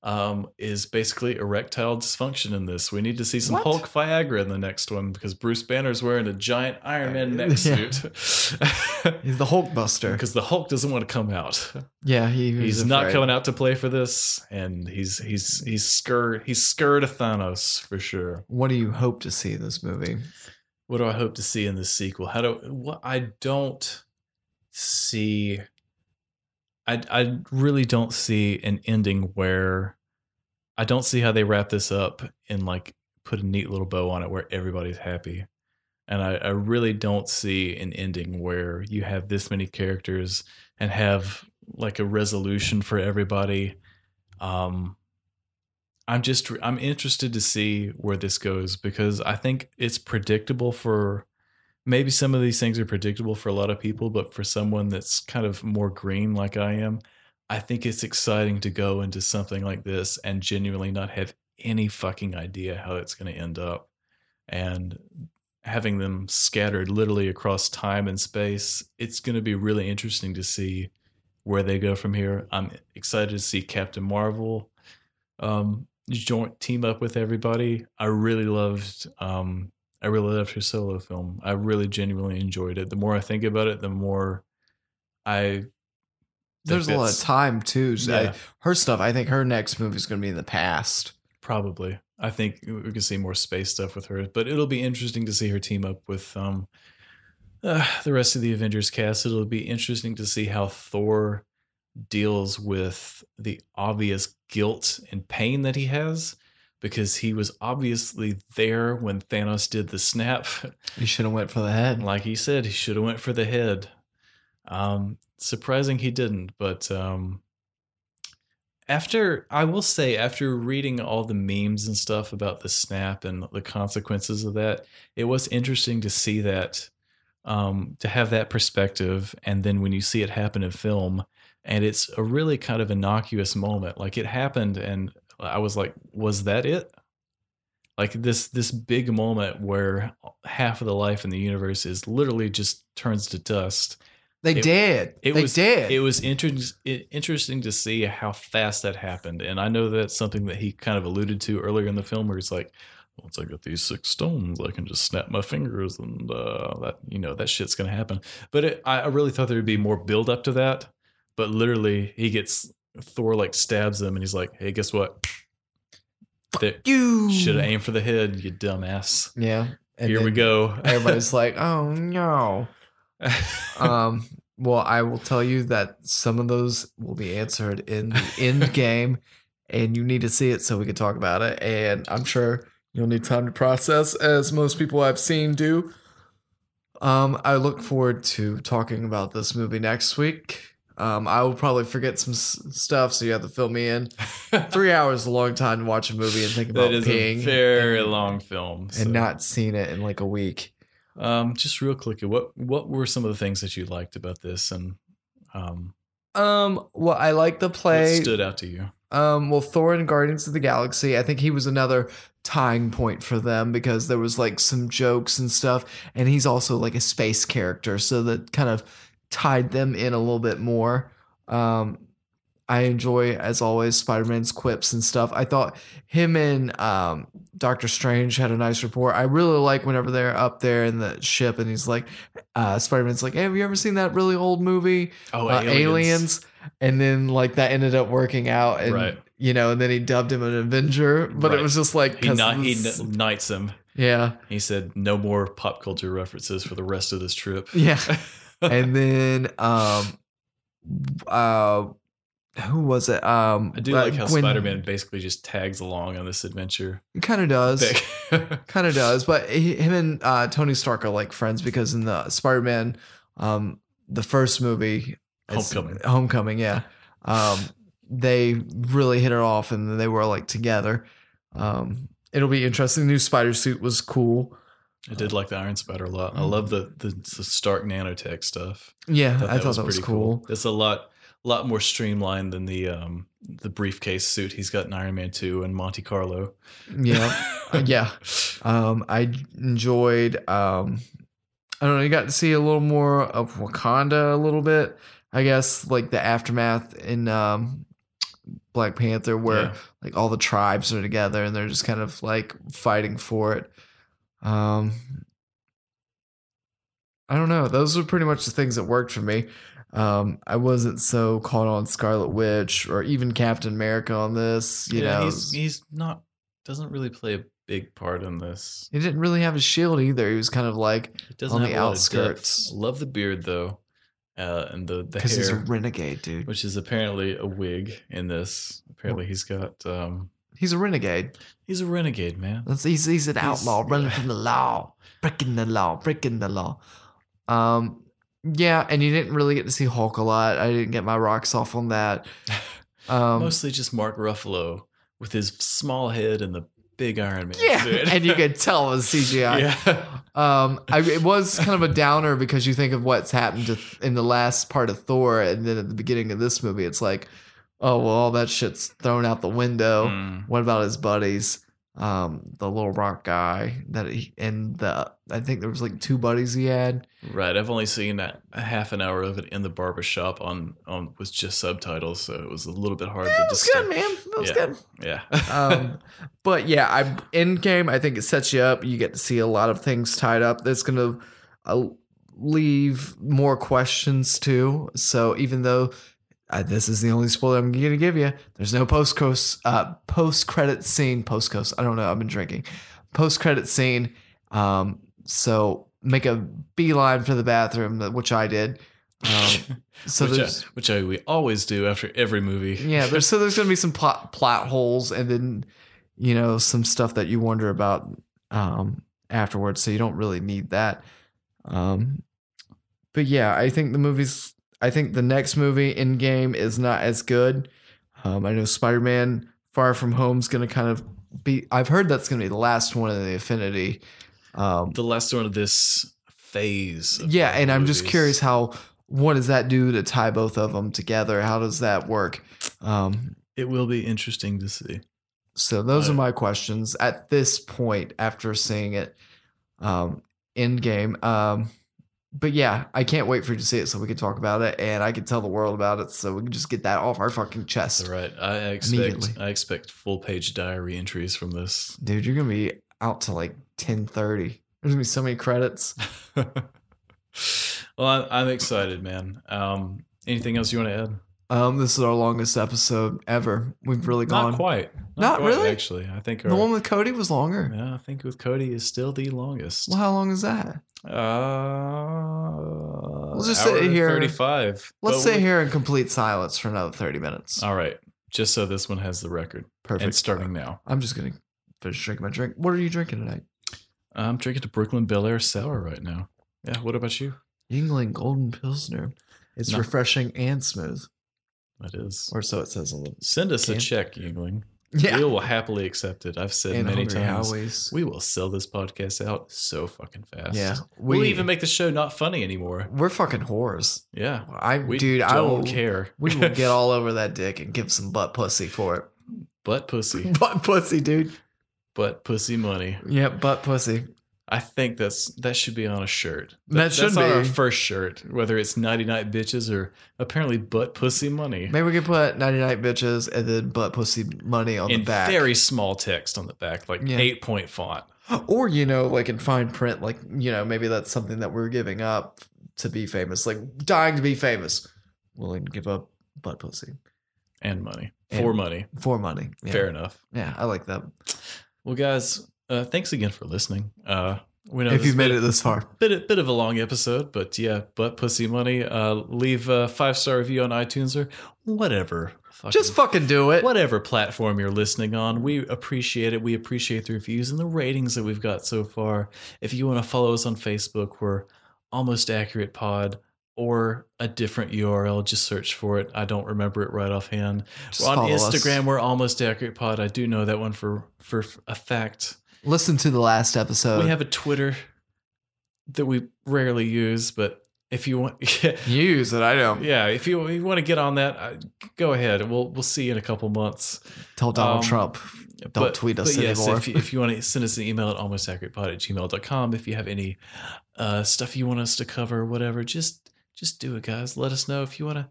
S2: um, is basically erectile dysfunction in this. We need to see some
S3: What?
S2: Hulk Viagra in the next one because Bruce Banner's wearing a giant Iron Man
S3: Yeah.
S2: neck suit.
S3: He's the Hulk Buster.
S2: Because the Hulk doesn't want to come out.
S3: Yeah, he,
S2: He's not coming out to play for this, and he's he's he's scared he's scared of Thanos for sure.
S3: What do you hope to see in this movie?
S2: What do I hope to see in this sequel? How do what I don't see I I really don't see an ending where I don't see how they wrap this up and like put a neat little bow on it where everybody's happy. And I, I really don't see an ending where you have this many characters and have like a resolution for everybody. Um I'm just I'm interested to see where this goes because I think it's predictable for maybe some of these things are predictable for a lot of people, but for someone that's kind of more green like I am, I think it's exciting to go into something like this and genuinely not have any fucking idea how it's going to end up. And having them scattered literally across time and space, it's going to be really interesting to see where they go from here. I'm excited to see Captain Marvel um, joint team up with everybody. I really loved um, I really loved her solo film. I really genuinely enjoyed it. The more I think about it, the more I
S3: There's a lot of
S2: time.
S3: time too. So I-
S2: Yeah.
S3: her stuff. I think her next movie is going to be in the past.
S2: Probably. I think we can see more space stuff with her, but it'll be interesting to see her team up with um, uh, the rest of the Avengers cast. It'll be interesting to see how Thor deals with the obvious guilt and pain that he has because he was obviously there when Thanos did the snap.
S3: He should have went for the head.
S2: like he said, he should have went for the head. Um, surprising he didn't, but um, after I will say, after reading all the memes and stuff about the snap and the consequences of that, it was interesting to see that, um, to have that perspective, and then when you see it happen in film, and it's a really kind of innocuous moment, like it happened, and I was like, was that it? like this this big moment where half of the life in the universe is literally just turns to dust
S3: They
S2: it-
S3: did.
S2: it
S3: they
S2: was-
S3: did.
S2: it was inter- it- interesting to see how fast that happened and i know that's something that he kind of alluded to earlier in the film where he's like once i get these six stones i can just snap my fingers and uh, that you know that shit's gonna happen but it, I, I really thought there'd be more build up to that but literally he gets thor like stabs him and he's like hey guess what there,
S3: you
S2: should have aimed for the head, you dumbass.
S3: Yeah. And
S2: Here we
S3: then
S2: go.
S3: Everybody's like, oh no. Um, well, I will tell you that some of those will be answered in the end game, and you need to see it so we can talk about it. And I'm sure you'll need time to process, as most people I've seen do. Um, I look forward to talking about this movie next week. Um, I will probably forget some s- stuff, so you have to fill me in. Three hours is a long time to watch a movie and think about
S2: that is
S3: peeing
S2: a very
S3: and-
S2: long film. so-
S3: and not seen it in like a week.
S2: Um, just real quickly, what what were some of the things that you liked about this, and um,
S3: Um, well, I like the play.
S2: what stood out to you?
S3: Um, well, Thor in Guardians of the Galaxy, I think he was another tying point for them because there was like some jokes and stuff, and he's also like a space character, so that kind of tied them in a little bit more. Um, I enjoy, as always, Spider Man's quips and stuff. I thought him and um, Doctor Strange had a nice rapport. I really like whenever they're up there in the ship and he's like, uh, Spider Man's like, hey, have you ever seen that really old movie,
S2: Oh,
S3: uh, aliens. And then, like, that ended up working out. And,
S2: Right.
S3: you know, and then he dubbed him an Avenger. But it
S2: Right.
S3: was just like,
S2: He,
S3: 'cause
S2: kni- he
S3: this-
S2: kn- knights him.
S3: yeah.
S2: He said, "No more pop culture references for the rest of this trip."
S3: Yeah. and then um uh who was it? Um
S2: I do
S3: uh,
S2: like how
S3: Gwen-
S2: Spider-Man basically just tags along on this adventure.
S3: It kind of does.
S2: Thick.
S3: Kind of does, but he, him and uh Tony Stark are like friends because in the Spider-Man um the first movie it's-
S2: Homecoming.
S3: Homecoming, yeah. Um they really hit it off and they were like together. Um it'll be interesting. The new spider suit was cool.
S2: I did like the Iron Spider a lot. I
S3: Mm.
S2: love the, the the Stark nanotech stuff.
S3: Yeah, I thought that was,
S2: pretty
S3: cool.
S2: It's a lot lot more streamlined than the um the briefcase suit he's got in Iron Man 2 and Monte Carlo.
S3: Yeah. Uh, yeah. Um, I enjoyed. Um, I don't know. You got to see a little more of Wakanda a little bit. I guess like the aftermath in um, Black Panther, where
S2: Yeah.
S3: like all the tribes are together and they're just kind of like fighting for it. Um, I don't know. Those were pretty much the things that worked for me. Um, I wasn't so caught on Scarlet Witch or even Captain America on this. You
S2: yeah,
S3: know,
S2: he's he's not doesn't really play a big part in this.
S3: he didn't really have a shield either. He was kind of like
S2: It doesn't
S3: On
S2: have
S3: the
S2: a lot of depth.
S3: outskirts.
S2: Love the beard though. Uh and the the
S3: because he's a
S2: hair
S3: renegade, dude.
S2: which is apparently a wig in this. Apparently he's got um
S3: he's a renegade.
S2: he's a renegade, man.
S3: That's, he's he's an
S2: He's-
S3: outlaw running from the law, breaking the law, breaking the law. Um, yeah, and you didn't really get to see Hulk a lot. I didn't get my rocks off on that. Um,
S2: Mostly just Mark Ruffalo with his small head and the big Iron Man
S3: yeah,
S2: suit.
S3: and you could tell it was CGI.
S2: yeah.
S3: Um, I, it was kind of a downer because you think of what's happened to, in the last part of Thor, and then at the beginning of this movie, it's like, oh well, all that shit's thrown out the window.
S2: Mm.
S3: What about his buddies? Um, the little rock guy that he and the I think there was like two buddies he had.
S2: Right. I've only seen a, a half an hour of it in the barber shop on on with just subtitles, so it was a little bit hard to
S3: That was
S2: discern.
S3: good, man. That was
S2: Yeah.
S3: good.
S2: Yeah.
S3: Um, but yeah, I end game. I think it sets you up. You get to see a lot of things tied up. That's gonna uh, leave more questions too. So even though uh, this is the only spoiler I'm gonna give you, there's no post coast uh, post credit scene. Post coast. I don't know. I've been drinking. Post credit scene. Um, so make a beeline for the bathroom, uh, which I did. Um, so
S2: which, uh, I,
S3: there's
S2: which I, we always do after every movie.
S3: yeah there's so there's gonna be some plot plot holes and then you know some stuff that you wonder about um afterwards so you don't really need that um but yeah i think the movies i think the next movie in game is not as good um i know spider-man far from home's gonna kind of be i've heard that's gonna be the last one in the affinity um
S2: The last one of this phase. of
S3: yeah
S2: Marvel
S3: and i'm just
S2: movies.
S3: curious how what does that do to tie both of them together how does that work um
S2: It will be interesting to see.
S3: So those are
S2: Right.
S3: my questions at this point after seeing it um in game. Um but yeah, I can't wait for you to see it so we can talk about it and I can tell the world about it so we can just get that off our fucking chest.
S2: All right. I expect
S3: Immediately.
S2: I expect full page diary entries from this.
S3: Dude, you're gonna be out to like ten thirty. There's gonna be so many credits.
S2: well, I, I'm excited, man. Um, anything else you want to add?
S3: Um, this is our longest episode ever. We've really gone.
S2: Not quite.
S3: Not
S2: quite,
S3: really?
S2: Actually, I think.
S3: The
S2: our-
S3: one with Cody was longer.
S2: Yeah, I think with Cody is still the longest.
S3: Well, how long is that?
S2: Uh,
S3: We'll just
S2: hour
S3: sit here.
S2: 35.
S3: Let's
S2: But
S3: sit
S2: we-
S3: here in complete silence for another thirty minutes.
S2: All right. Just so this one has the record.
S3: Perfect.
S2: And starting now.
S3: I'm just gonna finish drinking my drink. What are you drinking tonight?
S2: I'm drinking a Brooklyn Bel Air sour right now. Yeah. What about you?
S3: Yingling Golden Pilsner. It's
S2: No.
S3: refreshing and smooth,
S2: That is.
S3: or so it says on the
S2: Send us a
S3: Can-
S2: check, Yingling. We will happily accept it. I've said
S3: And
S2: many
S3: Hungry
S2: times.
S3: Highways.
S2: We will sell this podcast out so fucking fast.
S3: yeah,
S2: We, will even make the show not funny anymore.
S3: We're fucking whores.
S2: Yeah.
S3: I
S2: We
S3: dude,
S2: don't
S3: I will.
S2: care.
S3: We will get all over that dick and give some butt pussy for
S2: butt pussy.
S3: it. butt pussy, dude.
S2: butt pussy money.
S3: Yeah, butt pussy.
S2: I think that's that should be on a shirt.
S3: That should
S2: that's on our
S3: be.
S2: first shirt, whether it's ninety night bitches or apparently butt pussy money.
S3: Maybe we could put 99 bitches and then butt pussy money on
S2: in
S3: the back.
S2: very small text on the back, like
S3: Yeah.
S2: eight point font.
S3: or, you know, like in fine print, like, you know, maybe that's something that we're giving up to be famous, like dying to be famous. Willing to give up butt pussy
S2: and money
S3: And-
S2: for money.
S3: for money. Yeah.
S2: Fair enough.
S3: Yeah, I like that.
S2: Well, guys, uh, thanks again for listening. Uh, we know
S3: if you've made
S2: bit,
S3: it this far.
S2: bit bit of a long episode, but yeah, butt pussy money. Uh, leave a five star review on iTunes or whatever. Fucking,
S3: Just fucking do it.
S2: whatever platform you're listening on. We appreciate it. We appreciate the reviews and the ratings that we've got so far. If you want to follow us on Facebook, we're almost accurate pod. Or a different URL, just search for it. I don't remember it right offhand.
S3: Just
S2: on
S3: follow us.
S2: Instagram, we're almost accurate pod. I do know that one for for a fact.
S3: Listen to the last episode.
S2: we have a Twitter that we rarely use, but if you want, yeah,
S3: Use it. I don't.
S2: yeah if you, if you want to get on that, uh, go ahead. We'll we'll see you in a couple months.
S3: Tell Donald
S2: Um,
S3: Trump. Don't tweet us anymore.
S2: If you, if you want to send us an email at almostaccurate.pod at gmail.com, if you have any uh, stuff you want us to cover, whatever, just just do it, guys. Let us know if you want to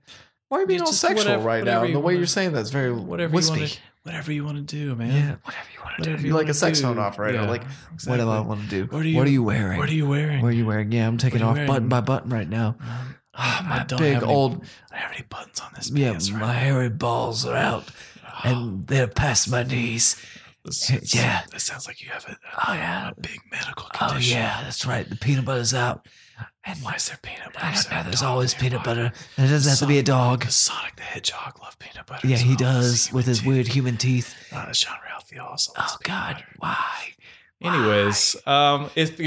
S3: Why are you being all
S2: Just
S3: sexual
S2: whatever-
S3: right now?
S2: whatever
S3: The
S2: you
S3: way you're
S2: wanna-
S3: saying that's very
S2: whatever
S3: whatever
S2: you
S3: wispy.
S2: want to whatever you want to do, man.
S3: yeah, whatever you want to
S2: Whatever
S3: do.
S2: you
S3: You're like
S2: wanna
S3: a sex
S2: do.
S3: phone operator.
S2: Yeah,
S3: Like,
S2: exactly.
S3: what do I want to do?
S2: What are you-
S3: wearing?
S2: What are you wearing?
S3: What are you wearing? Yeah, I'm taking
S2: What are you
S3: off
S2: wearing?
S3: button by button right now. Ah,
S2: I
S3: my
S2: don't
S3: big
S2: have any-
S3: old
S2: I don't have any buttons on this
S3: yeah,
S2: pants.
S3: my hairy balls are out, and they're past my knees. yeah.
S2: That sounds like you have a, a,
S3: Oh yeah,
S2: a big medical
S3: oh
S2: condition.
S3: yeah, that's right. The peanut butter's out.
S2: Why is there peanut butter?
S3: I
S2: Is
S3: don't
S2: there
S3: know.
S2: a
S3: There's
S2: dog
S3: always
S2: there?
S3: peanut
S2: Why?
S3: butter, and it doesn't have to be a dog.
S2: Does Sonic the Hedgehog love peanut butter?
S3: Yeah,
S2: as
S3: he
S2: well? Does
S3: does
S2: he
S3: with his
S2: too?
S3: weird human teeth.
S2: Uh, Sean Ralphie also. loves
S3: Oh
S2: peanut
S3: God,
S2: butter.
S3: why?
S2: Anyways, um, if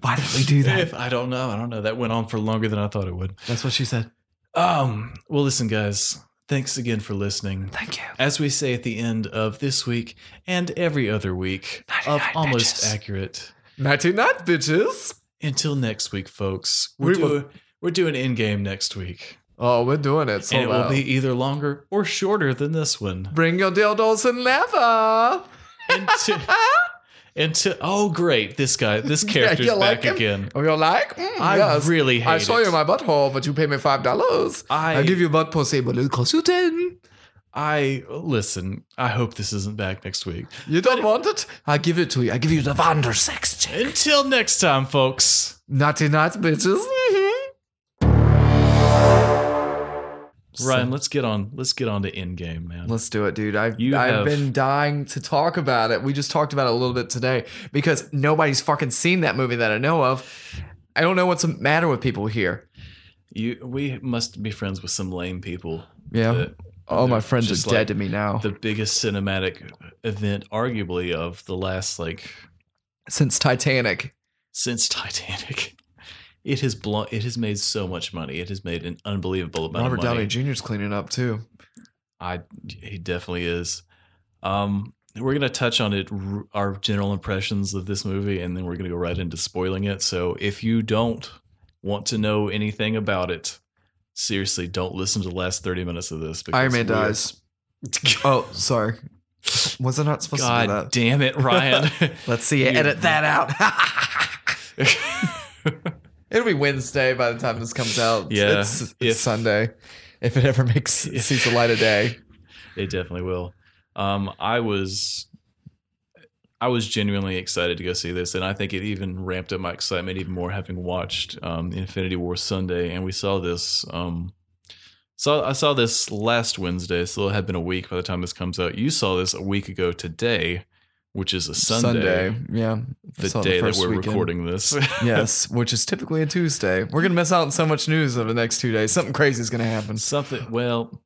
S3: Why did we do that?
S2: If, I don't know. I don't know. That went on for longer than I thought it would.
S3: That's what she said.
S2: Um, well, listen, guys. Thanks again for listening.
S3: Thank you.
S2: As we say at the end of this week and every other week of
S3: 99
S2: almost
S3: bitches.
S2: accurate.
S3: Nighty night, bitches.
S2: Until next week, folks. We're
S3: We will-
S2: doing we're doing in game next week,
S3: Oh, we're doing it. So
S2: and it will be either longer or shorter than this one.
S3: Bring your dildos and leather.
S2: Until, until oh great, this guy, this
S3: Yeah,
S2: character's
S3: you like
S2: back
S3: him?
S2: again.
S3: Oh, you're like? Mm,
S2: I
S3: yes.
S2: really hate
S3: I saw
S2: it.
S3: you in my butthole, but you pay me five dollars.
S2: I-
S3: I give you butt pussy, but it costs you ten.
S2: I listen. I hope this isn't back next week.
S3: You don't want it? I give it to you. I give you the wander sex. check.
S2: Until next time, folks.
S3: Naughty night, bitches. Mhm.
S2: Ryan, let's get on. Let's get on to Endgame, man.
S3: Let's do it, dude. I've
S2: You
S3: I've
S2: have-
S3: been dying to talk about it. We just talked about it a little bit today because nobody's fucking seen that movie that I know of. I don't know what's the matter with people here.
S2: you, we must be friends with some lame people.
S3: Yeah.
S2: that-
S3: All my
S2: they're
S3: friends
S2: just
S3: are
S2: like
S3: dead to me now.
S2: The biggest cinematic event, arguably, of the last like
S3: Since Titanic.
S2: since Titanic. It has blown. It has made so much money. It has made an unbelievable amount
S3: Robert
S2: of money.
S3: Downey Jr.'s cleaning up too.
S2: I he definitely is. Um, we're gonna touch on it, r- our general impressions of this movie, and then we're gonna go right into spoiling it. So if you don't want to know anything about it, seriously, don't listen to the last thirty minutes of this.
S3: Iron Man
S2: we're-
S3: dies. oh, sorry. Was I not supposed to do
S2: God
S3: that?
S2: damn it, Ryan!
S3: Let's see you
S2: You-
S3: edit that out. It'll be Wednesday by the time this comes out.
S2: Yeah,
S3: It's, it's
S2: if-
S3: Sunday. If it ever makes sees the light of day.
S2: They definitely will. Um, I was, I was genuinely excited to go see this, and I think it even ramped up my excitement even more having watched um, Infinity War Sunday, and we saw this. Um, saw I saw this last Wednesday, so it had been a week by the time this comes out. You saw this a week ago today, which is a Sunday,
S3: Yeah. I
S2: the
S3: saw it
S2: day that
S3: first
S2: we're
S3: weekend.
S2: recording this.
S3: yes, which is typically a Tuesday. We're gonna miss out on so much news over the next two days. Something crazy is gonna happen.
S2: Something. Well,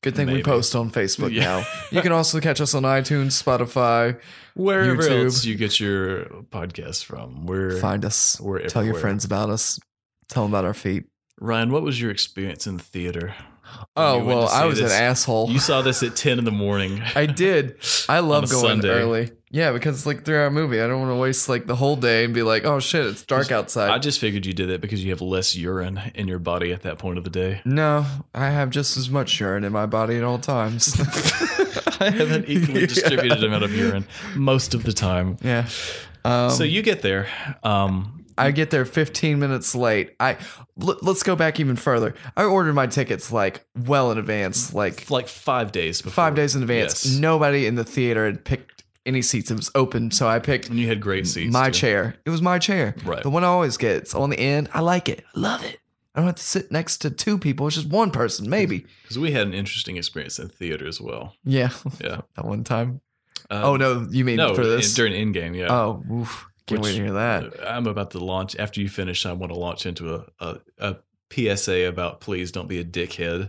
S3: Good thing we
S2: Maybe.
S3: post on Facebook
S2: Yeah.
S3: now. You can also catch us on iTunes, Spotify.
S2: wherever
S3: YouTube.
S2: else you get your podcast from, we're
S3: Find us.
S2: we're everywhere.
S3: Tell your friends about us. Tell them about our feet.
S2: Ryan, what was your experience in the theater?
S3: Oh
S2: You went to
S3: well, I
S2: see
S3: was
S2: this.
S3: an asshole.
S2: You saw this at 10 in the morning.
S3: I did. I love
S2: On a
S3: going
S2: Sunday.
S3: early. Yeah, because it's like three-hour movie. I don't want to waste like the whole day and be like, oh shit, it's dark outside.
S2: I just figured you did that because you have less urine in your body at that point of the day.
S3: no, I have just as much urine in my body at all times.
S2: I have an equally distributed amount of urine most of the time.
S3: Yeah. Um,
S2: so you get there. Um,
S3: I get there 15 minutes late. I l- let's go back even further. I ordered my tickets like well in advance, like
S2: like five days before.
S3: five days in advance.
S2: Yes.
S3: Nobody in the theater had picked any seats. It was open, so I picked
S2: And you had great seats.
S3: my
S2: too.
S3: chair. It was my chair,
S2: Right.
S3: the one I always get. It's on the end. I like it. I love it. I don't have to sit next to two people. It's just one person, maybe.
S2: Because we had an interesting experience in theater as well.
S3: Yeah,
S2: Yeah.
S3: that one time.
S2: Um,
S3: Oh no, you mean
S2: No,
S3: for this?
S2: during in game. Yeah.
S3: oh, oof, can't
S2: Which-
S3: wait to hear that.
S2: I'm about to launch. After you finish, I want to launch into a, a, a PSA about please don't be a dickhead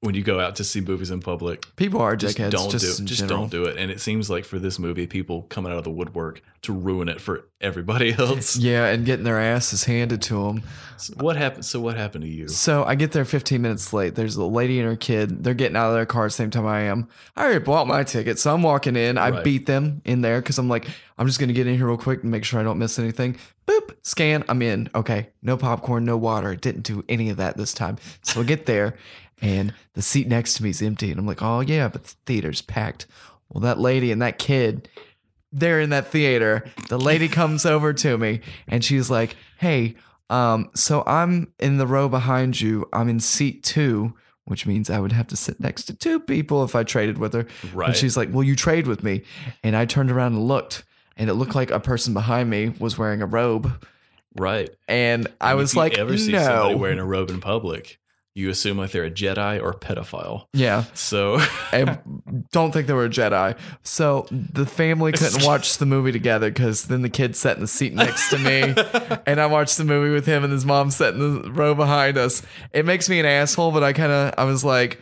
S2: when you go out to see movies in public.
S3: People are
S2: Just
S3: dickheads.
S2: don't
S3: just
S2: do
S3: in
S2: it. Just
S3: general.
S2: don't do it. And it seems like for this movie, people coming out of the woodwork to ruin it for everybody else.
S3: Yeah, and getting their asses handed to them.
S2: So what happened? So what happened to you?
S3: So I get there 15 minutes late. There's a lady and her kid. They're getting out of their car at the same time I am. I already bought my ticket, so I'm walking in. I
S2: Right.
S3: beat them in there because I'm like, I'm just gonna get in here real quick and make sure I don't miss anything. Boop, scan. I'm in. Okay, no popcorn, no water. Didn't do any of that this time. So I get there, and the seat next to me is empty, and I'm like, oh yeah, but the theater's packed. Well, that lady and that kid there in that theater, the lady comes over to me and she's like, Hey, um, so I'm in the row behind you. I'm in seat two, which means I would have to sit next to two people if I traded with her.
S2: Right.
S3: And she's like, Will you trade with me? And I turned around and looked, and it looked like a person behind me was wearing a robe.
S2: right.
S3: And I
S2: And if
S3: was
S2: you
S3: like,
S2: ever see somebody
S3: No.
S2: wearing a robe in public, you assume like they're a Jedi or a pedophile.
S3: yeah.
S2: So
S3: I don't think they were a Jedi. So the family couldn't watch the movie together because then the kid sat in the seat next to me, and I watched the movie with him, and his mom sat in the row behind us. It makes me an asshole, but I kind of I was like,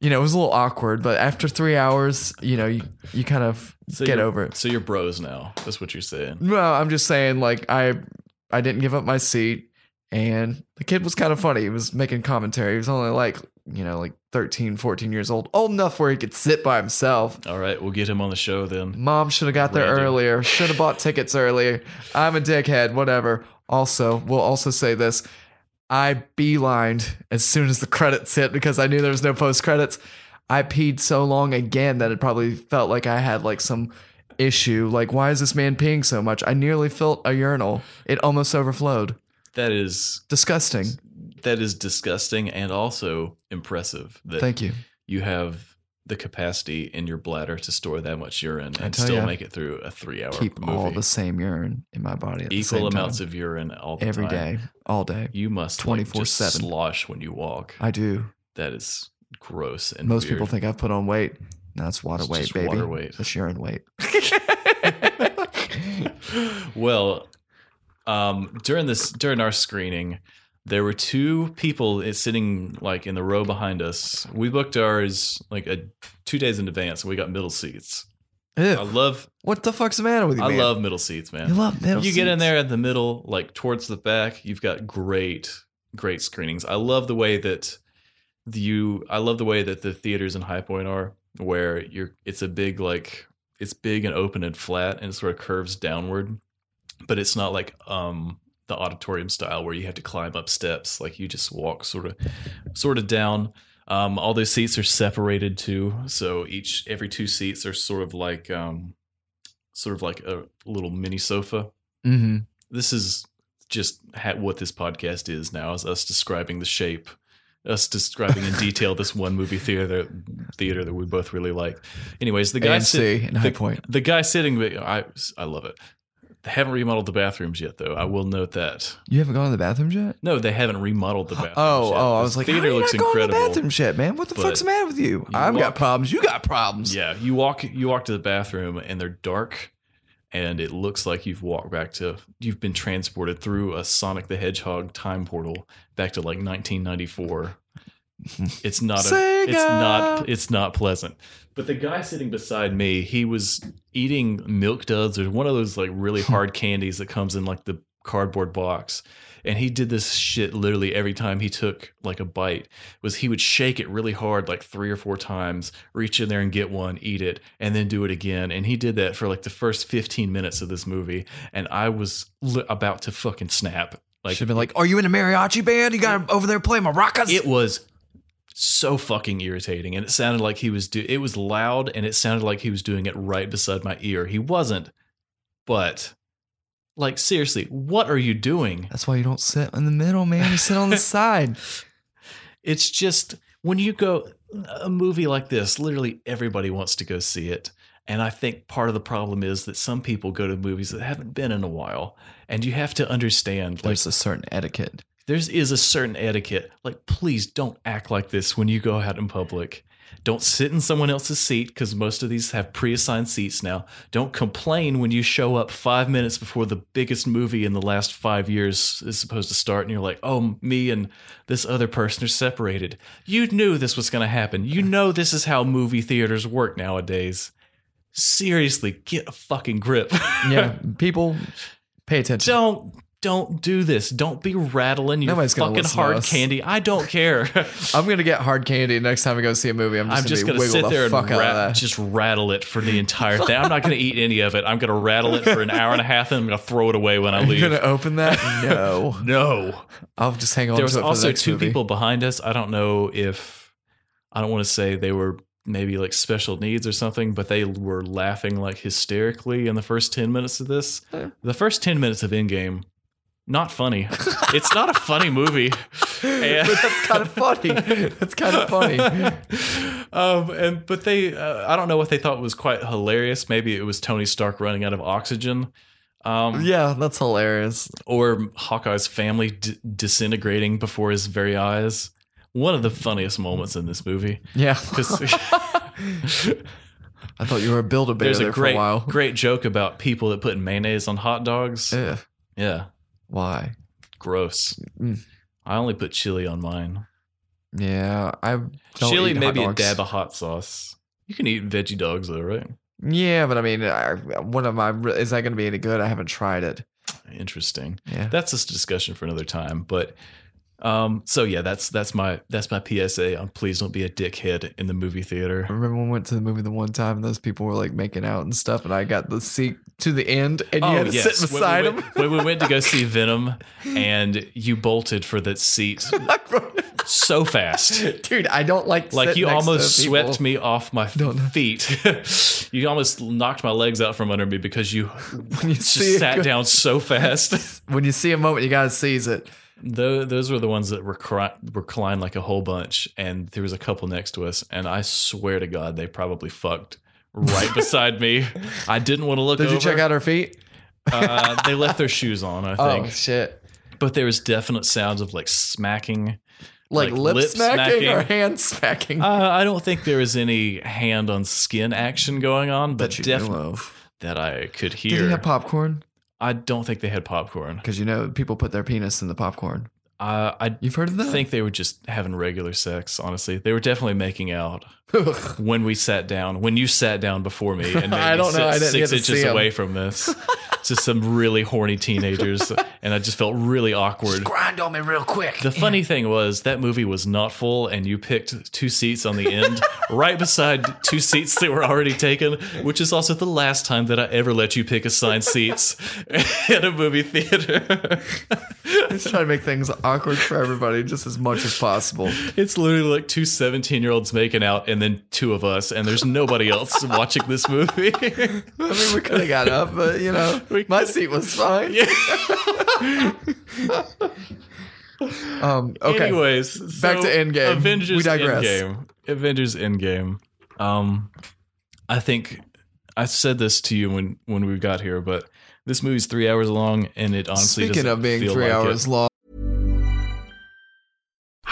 S3: you know, it was a little awkward. But after three hours, you know, you you kind of
S2: so
S3: get
S2: you're-
S3: over it.
S2: So you're bros now. That's what you're saying.
S3: No, I'm just saying, like I I didn't give up my seat, and the kid was kind of funny. He was making commentary. He was only like you know like 13 14 years old old enough where he could sit by himself
S2: All right, we'll get him on the show then.
S3: Mom should have got there
S2: Random.
S3: earlier. Should have bought tickets earlier. I'm a dickhead. Whatever. Also, we'll also say this. I beelined as soon as the credits hit because I knew there was no post credits. I peed so long again that it probably felt like I had like some issue. Like, why is this man peeing so much? I nearly filled a urinal. It almost overflowed.
S2: That is
S3: Disgusting.
S2: that is disgusting and also impressive that
S3: Thank you.
S2: you have the capacity in your bladder to store that much urine and
S3: tell
S2: still
S3: ya,
S2: make it through a three hour
S3: Keep
S2: movie.
S3: all the same urine in my body. At the same
S2: Equal amounts
S3: time.
S2: of urine all the
S3: every
S2: time.
S3: day, all day.
S2: You must twenty four
S3: 24/7.
S2: seven slosh when you walk.
S3: I do.
S2: that is gross and
S3: Most
S2: weird.
S3: people think I've put on weight. No, that's water
S2: It's
S3: weight,
S2: just
S3: baby.
S2: water weight.
S3: That's urine weight.
S2: well, um, during this during our screening, there were two people i- sitting like in the row behind us. We booked ours like a two days in advance, and we got middle seats. I
S3: Ew.
S2: love
S3: What the fuck's the matter with you?
S2: I
S3: man?
S2: love middle seats, man.
S3: you love middle
S2: you get in
S3: seats.
S2: there in the middle, like towards the back. You've got great great screenings. I love the way that the- you. I love the way that the theaters in High Point are, where you're. It's a big like it's big and open and flat, and it sort of curves downward, but it's not like um the auditorium style where you have to climb up steps. Like you just walk sort of sort of down. Um, all those seats are separated too, so each every two seats are sort of like um sort of like a little mini sofa
S3: Mhm.
S2: this is just ha- what this podcast is now is us describing the shape us describing in detail this one movie theater theater that we both really like anyways the guy sit-
S3: AMC and High Point.
S2: the guy sitting i i love it they haven't remodeled the bathrooms yet though i will note that
S3: You haven't gone to the bathroom yet?
S2: no they haven't remodeled the bathrooms
S3: Oh,
S2: yet.
S3: oh! I
S2: The
S3: was like,
S2: theater
S3: how you
S2: looks
S3: not going to the
S2: incredible
S3: bathroom yet, man. What the
S2: but
S3: fuck's the matter with you?
S2: you
S3: I've got
S2: walk-
S3: problems. You got problems.
S2: yeah you walk you walk to the bathroom and they're dark and it looks like you've walked back to you've been transported through a sonic the hedgehog time portal back to like 1994 it's not a,
S3: Sega!
S2: it's not it's not pleasant but the guy sitting beside me he was eating milk duds or one of those like really hard candies that comes in like the cardboard box and he did this shit literally every time he took like a bite was he would shake it really hard like three or four times reach in there and get one eat it and then do it again and he did that for like the first 15 minutes of this movie and i was li- about to fucking snap like
S3: Should have been like, are you in a mariachi band? You got over there playing maracas?
S2: it was so fucking irritating and it sounded like he was do it was loud and it sounded like he was doing it right beside my ear he wasn't but Like seriously, what are you doing?
S3: That's why you don't sit in the middle, man. You sit on the side.
S2: It's just when you go a movie like this, literally everybody wants to go see it. And I think part of the problem is that some people go to movies that haven't been in a while, and you have to understand like
S3: There's a certain etiquette.
S2: there's is a certain etiquette. Like please don't act like this when you go out in public. Don't sit in someone else's seat because most of these have pre-assigned seats now. Don't complain when you show up five minutes before the biggest movie in the last five years is supposed to start, and you're like, "Oh, me and this other person are separated." You knew this was going to happen. You know this is how movie theaters work nowadays. Seriously, get a fucking grip.
S3: Yeah, people pay attention.
S2: don't don't do this. Don't be rattling your
S3: Nobody's gonna
S2: fucking
S3: listen to
S2: hard
S3: us.
S2: candy. I don't care.
S3: I'm gonna get hard candy next time I go see a movie. I'm just
S2: I'm just gonna
S3: gonna, wiggle
S2: sit
S3: the
S2: there and
S3: fuck out
S2: ra-
S3: of that.
S2: just rattle it for the entire thing. I'm not gonna eat any of it. I'm gonna rattle it for an hour and a half, and I'm gonna throw it away when I
S3: Are you
S2: leave.
S3: gonna open that? No,
S2: No.
S3: I'll just hang on
S2: There
S3: to it
S2: was
S3: for the
S2: also
S3: next
S2: two
S3: movie.
S2: people behind us. I don't know if I don't want to say they were maybe like special needs or something, but they were laughing like hysterically in the first ten minutes of this.
S3: Yeah.
S2: The first ten minutes of Endgame, not funny. it's not a funny movie. And-
S3: but that's kind of funny. That's kind of funny.
S2: um, and but they, uh, I don't know what they thought was quite hilarious. Maybe it was Tony Stark running out of oxygen. Um,
S3: Yeah, that's hilarious.
S2: or Hawkeye's family d- disintegrating before his very eyes. One of the funniest moments in this movie.
S3: Yeah,
S2: 'Cause-
S3: I thought you were a build a bear
S2: there's
S3: there
S2: a great,
S3: for a while.
S2: great joke about people that put mayonnaise on hot dogs.
S3: Ugh,
S2: Yeah,
S3: why?
S2: gross.
S3: Mm.
S2: I only put chili on mine.
S3: Yeah, I don't
S2: chili,
S3: eat hot
S2: maybe a
S3: dogs.
S2: dab of hot sauce. You can eat veggie dogs though, right?
S3: Yeah, but I mean, I, one of my is that going to be any good? I haven't tried it.
S2: Interesting.
S3: Yeah,
S2: that's a discussion for another time. But um, so yeah, that's that's my that's my PSA. on please don't be a dickhead in the movie
S3: I
S2: theater.
S3: remember when we went to the movie the one time and those people were like making out and stuff, and I got the seat to the end, and you had to sit beside
S2: Oh, when we,
S3: them.
S2: went, when we went to go see Venom, and you bolted for that seat so fast.
S3: Dude, I don't like
S2: Like
S3: sitting
S2: you
S3: next to
S2: almost
S3: people.
S2: swept me off my
S3: Don't know.
S2: feet. you almost knocked my legs out from under me because you
S3: When you
S2: just
S3: see it
S2: sat
S3: go-
S2: down so fast.
S3: When you see a moment, you gotta seize it.
S2: Those, those were the ones that recri- reclined like a whole bunch, and there was a couple next to us, and I swear to God, they probably fucked right beside me. I didn't want to look.
S3: Did
S2: over.
S3: you check out her feet?
S2: uh, they left their shoes on, I
S3: Oh
S2: think,
S3: shit!
S2: but there was definite sounds of like smacking.
S3: Like,
S2: Like
S3: lip,
S2: lip
S3: smacking, or
S2: smacking.
S3: hand smacking?
S2: Uh, I don't think there was any hand on skin action going on, but
S3: that you know
S2: definitely
S3: of.
S2: that I could
S3: Did he
S2: hear.
S3: have popcorn?
S2: I don't think they had popcorn.
S3: Because you know people put their penis in the popcorn.
S2: Uh, I
S3: You've heard of that?
S2: think they were just having regular sex. Honestly, they were definitely making out. when we sat down, when you sat down before me, and
S3: I
S2: I
S3: don't know, I didn't
S2: six
S3: get to
S2: inches
S3: see 'em.
S2: away from this, to some really horny teenagers, and I just felt really awkward.
S3: grind on me real quick.
S2: The funny thing was that movie was not full, and you picked two seats on the end, right beside two seats that were already taken, which is also the last time that I ever let you pick assigned seats at a movie theater.
S3: Just try to make things awkward for everybody just as much as possible.
S2: It's literally like two 17 year olds making out, and then two of us, and there's nobody else watching this movie.
S3: I mean, we could have got up, but you know,
S2: We
S3: my seat was fine. Um, okay.
S2: Anyways,
S3: Back
S2: so
S3: to Endgame.
S2: Avengers
S3: We digress.
S2: Endgame. Avengers Endgame. Um, I think I said this to you when when we got here, but this movie's three hours long, and it honestly
S3: Speaking
S2: doesn't
S3: of being
S2: feel
S3: three
S2: like
S3: hours
S2: It.
S3: long,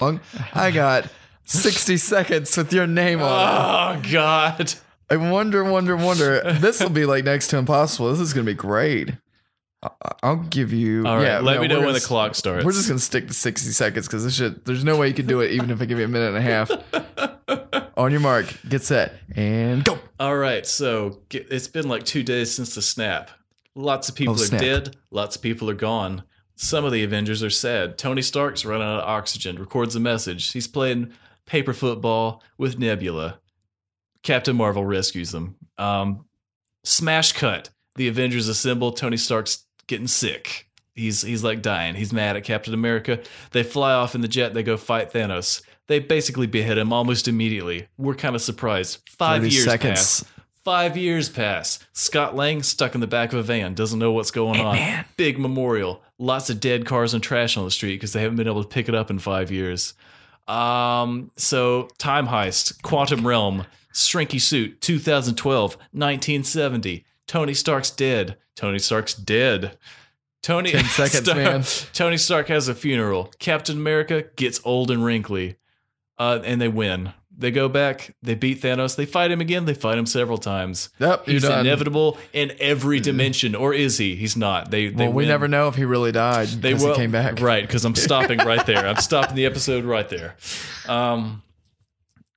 S3: Long. I got 60 seconds with your name on it.
S2: Oh God.
S3: I wonder, wonder, wonder. This will be like next to impossible. This is going to be great. I- I'll give you.
S2: All right.
S3: yeah,
S2: let
S3: no,
S2: me
S3: we're
S2: know when
S3: gonna
S2: the clock starts.
S3: We're just gonna stick to sixty seconds because this shit. There's no way you can do it, even if I give you a minute and a half. On your mark, get set, and go.
S2: All right. So g- it's been like two days since the snap. Lots of people
S3: Oh,
S2: are
S3: snap.
S2: dead. Lots of people are gone. Some of the Avengers are sad. Tony Stark's running out of oxygen. Records a message. He's playing paper football with Nebula. Captain Marvel rescues them. Um, smash cut. The Avengers assemble. Tony Stark's getting sick. He's he's like dying. He's mad at Captain America. They fly off in the jet. They go fight Thanos. They basically behead him almost immediately. We're kind of surprised. Five
S3: 30
S2: years
S3: seconds.
S2: pass. Five years pass. Scott Lang stuck in the back of a van, doesn't know what's going on. Big memorial. Lots of dead cars and trash on the street because they haven't been able to pick it up in five years. Um, so time heist, quantum realm, shrinky suit, 2012, 1970. Tony Stark's dead. Tony Stark's dead. Tony
S3: 10 seconds,
S2: Stark-
S3: man.
S2: Tony Stark has a funeral. Captain America gets old and wrinkly, uh, and they win. They go back. They beat Thanos. They fight him again. They fight him several times.
S3: Yep, you're
S2: He's
S3: done. Mm-hmm.
S2: inevitable in every dimension, or is he? He's not. They. they
S3: well, we
S2: win.
S3: never know if he really died.
S2: They
S3: because
S2: will,
S3: he came back.
S2: right because I'm stopping right there. I'm stopping the episode right there. Um.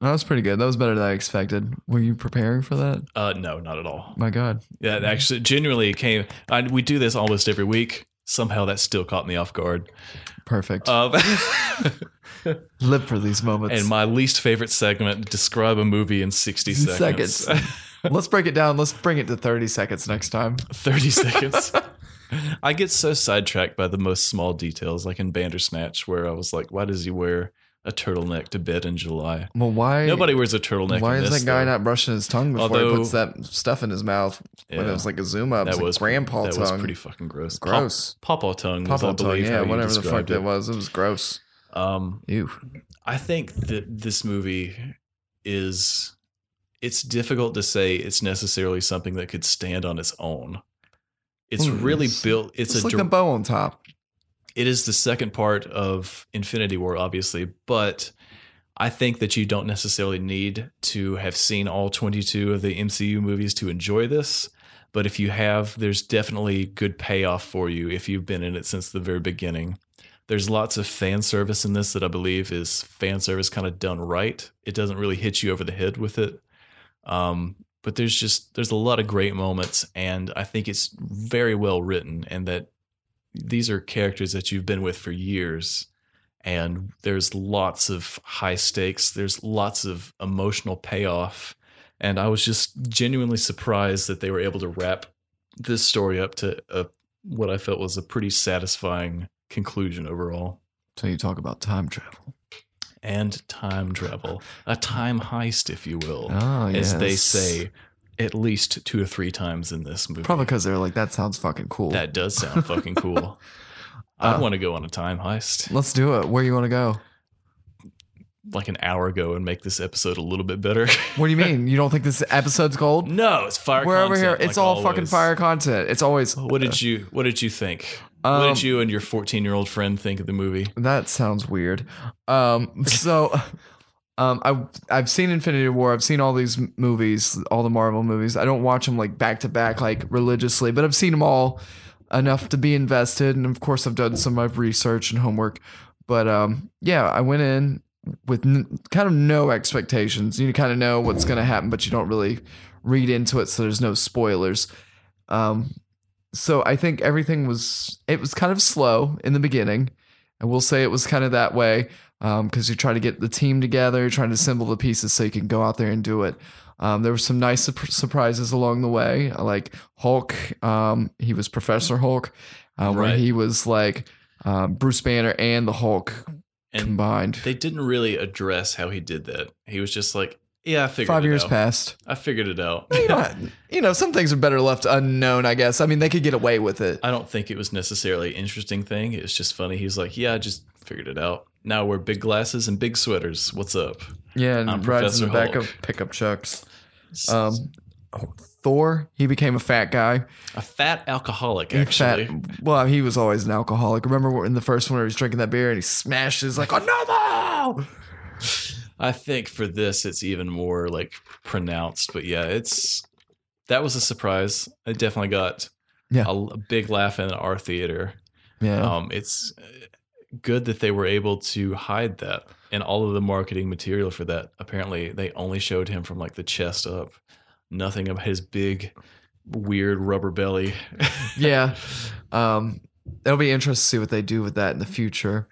S3: That was pretty good. That was better than I expected. Were you preparing for that?
S2: Uh. No, not at all.
S3: My God.
S2: That actually genuinely came. I, we do this almost every week. Somehow that still caught me off guard.
S3: Perfect.
S2: Um,
S3: Live for these moments.
S2: and my least favorite segment: describe a movie in sixty seconds.
S3: Let's break it down. Let's bring it to 30 seconds next time.
S2: 30 seconds. I get so sidetracked by the most small details, like in Bandersnatch, where I was like, why does he wear a turtleneck to bed in July?
S3: Well, why?
S2: Nobody wears a turtleneck.
S3: Why
S2: in
S3: is
S2: this,
S3: that guy
S2: though.
S3: not brushing his tongue before
S2: Although-
S3: he puts that stuff in his mouth? When
S2: Yeah.
S3: it was like a zoom up, it
S2: That
S3: was,
S2: was
S3: like grandpa
S2: that
S3: tongue.
S2: was pretty fucking gross. Pop-
S3: gross.
S2: Pawpaw tongue. Was, I
S3: Papa tongue,
S2: believe,
S3: yeah,
S2: how you
S3: whatever the fuck
S2: described
S3: that
S2: it.
S3: was. It was gross.
S2: Um,
S3: Ew.
S2: I think that this movie is. It's difficult to say it's necessarily something that could stand on its own. It's
S3: Ooh,
S2: really
S3: it's-
S2: built. It's
S3: Hmm. It's
S2: a
S3: like
S2: dir-
S3: the bow on top.
S2: it is the second part of Infinity War, obviously, but I think that you don't necessarily need to have seen all 22 of the MCU movies to enjoy this. But if you have, there's definitely good payoff for you if you've been in it since the very beginning. There's lots of fan service in this that I believe is fan service kind of done right. It doesn't really hit you over the head with it. Um, but there's just there's a lot of great moments, and I think it's very well written, and that these are characters that you've been with for years and there's lots of high stakes there's lots of emotional payoff and i was just genuinely surprised that they were able to wrap this story up to a, what i felt was a pretty satisfying conclusion overall
S3: So you talk about time travel.
S2: and time travel a time heist if you will
S3: Oh,
S2: as they
S3: yes.
S2: say at least two or three times in this movie
S3: Probably because they're like, that sounds fucking cool.
S2: that does sound fucking cool i
S3: Uh,
S2: want to go on a time heist
S3: Let's do it. Where you want to go?
S2: like an hour ago and make this episode a little bit better.
S3: What do you mean? You don't think this episode's cold?
S2: no, it's fire.
S3: We're over here.
S2: content,
S3: It's
S2: like
S3: all fucking
S2: always.
S3: fire content. It's always.
S2: What did you What did you think? what
S3: Um,
S2: did you and your fourteen year old friend think of the movie?
S3: That sounds weird. Um, so, um, I I've seen Infinity War. I've seen all these m- movies, all the Marvel movies. I don't watch them like back to back, like religiously, but I've seen them all enough to be invested. And of course, I've done some of my research and homework. But um, yeah, I went in with n- kind of no expectations. You kind of know what's going to happen, but you don't really read into it, so there's no spoilers. Um, so I think everything was it was kind of slow in the beginning. I will say it was kind of that way um, because you're trying to get the team together, you're trying to assemble the pieces so you can go out there and do it. Um, there were some nice sup- surprises along the way, I like Hulk. Um, he was Professor Hulk, uh, where
S2: Right.
S3: he was like um, Bruce Banner and the Hulk
S2: And
S3: combined.
S2: they didn't really address how he did that. He was just like, "Yeah, I figured
S3: Five
S2: it
S3: years
S2: out.
S3: passed.
S2: I figured it out."
S3: You know, you know, some things are better left unknown. I guess. I mean, they could get away with it.
S2: I don't think it was necessarily an interesting thing. It was just funny. He was like, "Yeah, I just figured it out." Now I wear big glasses and big sweaters. What's up?
S3: Yeah, and
S2: I'm
S3: rides in the
S2: Professor
S3: back
S2: Hulk.
S3: of pickup trucks. Um, Thor. He became a fat guy.
S2: A fat alcoholic,
S3: In
S2: actually.
S3: fact, well, he was always an alcoholic. Remember when- in the first one where he was drinking that beer and he smashes like another.
S2: I think for this, it's even more like pronounced. But yeah, it's that was a surprise. I definitely got
S3: Yeah.
S2: a, a big laugh in our theater.
S3: Yeah,
S2: Um, it's uh, good that they were able to hide that and all of the marketing material for that. Apparently, they only showed him from like the chest up, nothing of his big, weird rubber belly.
S3: yeah. Um, it'll be interesting to see what they do with that in the future.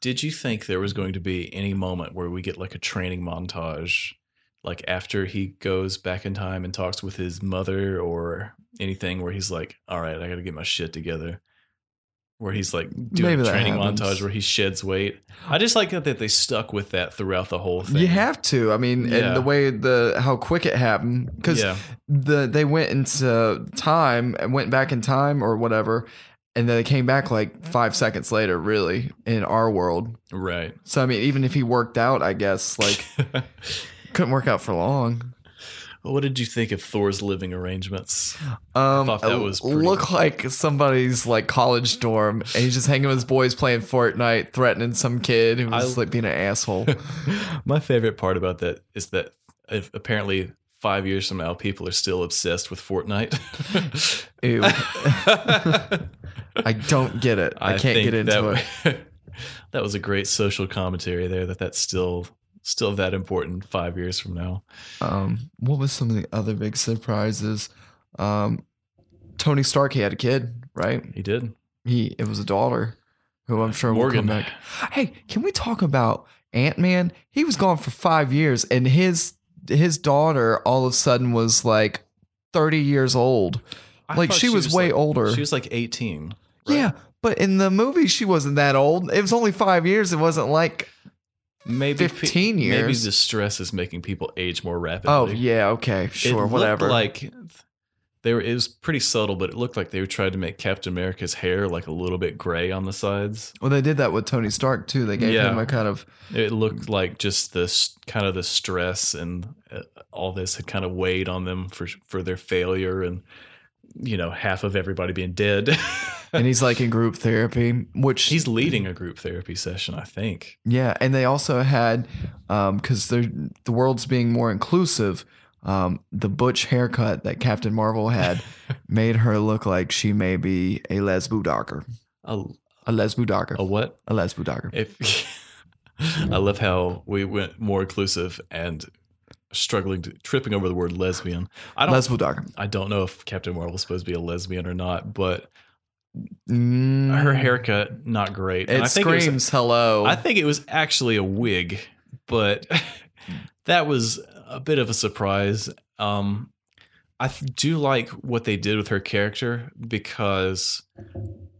S2: Did you think there was going to be any moment where we get like a training montage, like after he goes back in time and talks with his mother or anything where he's like, all right, I got to get my shit together? Where he's like doing
S3: Maybe
S2: a
S3: that
S2: training
S3: happens.
S2: montage where he sheds weight. I just like that that they stuck with that throughout the whole thing.
S3: You have to. I mean,
S2: Yeah.
S3: and the way the how quick it happened because
S2: yeah,
S3: the they went into time and went back in time or whatever, and then they came back like five seconds later. Really, in our world.
S2: right.
S3: So I mean, even if he worked out, I guess like
S2: well,
S3: couldn't work out for long.
S2: what did you think of Thor's living arrangements?
S3: Um,
S2: thought that was pretty-
S3: look like somebody's like college dorm, and he's just hanging with his boys playing Fortnite, threatening some kid who was
S2: I-
S3: like being an asshole.
S2: My favorite part about that is that if apparently five years from now, people are still obsessed with Fortnite.
S3: Ew, I don't get it. I, can't get into it.
S2: it. that was a great social commentary there. That that's still still that important five years from now.
S3: Um, what was some of the other big surprises? Um, Tony Stark, he had a kid, right?
S2: He did.
S3: He it was a daughter, who I'm sure
S2: Morgan.
S3: will come back. Hey, can we talk about Ant Man? He was gone for five years, and his his daughter all of a sudden was like thirty years old.
S2: I
S3: like
S2: thought
S3: she, was, way
S2: like-
S3: older.
S2: She was like eighteen. right?
S3: Yeah, but in the movie, she wasn't that old. It was only five years. It wasn't like
S2: Maybe pe-
S3: 15
S2: Maybe
S3: years.
S2: the stress is making people age more rapidly.
S3: oh yeah, okay, sure,
S2: it looked
S3: whatever.
S2: Like they were, it was pretty subtle, but it looked like they were trying to make Captain America's hair like a little bit gray on the sides.
S3: well, they did that with Tony Stark too. They gave
S2: Yeah.
S3: him a kind of
S2: It
S3: Mm.
S2: looked like just this kind of the stress and uh, all this had kind of weighed on them for for their failure and you know half of everybody being dead.
S3: and he's like in group therapy, which
S2: He's leading a group therapy session, I think.
S3: yeah. And they also had because they're the world's being more inclusive. Um, the butch haircut that Captain Marvel had made her look like she may be a lesbu docker,
S2: A,
S3: a lesbu docker,
S2: a what?
S3: a lesbu docker.
S2: If I love how we went more inclusive and struggling to tripping over the word lesbian. I don't
S3: Lesbu docker.
S2: I don't know if Captain Marvel is supposed to be a lesbian or not, but
S3: Mm,
S2: her haircut not great. And
S3: It
S2: I think
S3: screams
S2: It was,
S3: hello.
S2: I think it was actually a wig, but that was a bit of a surprise. Um, I th- do like what they did with her character because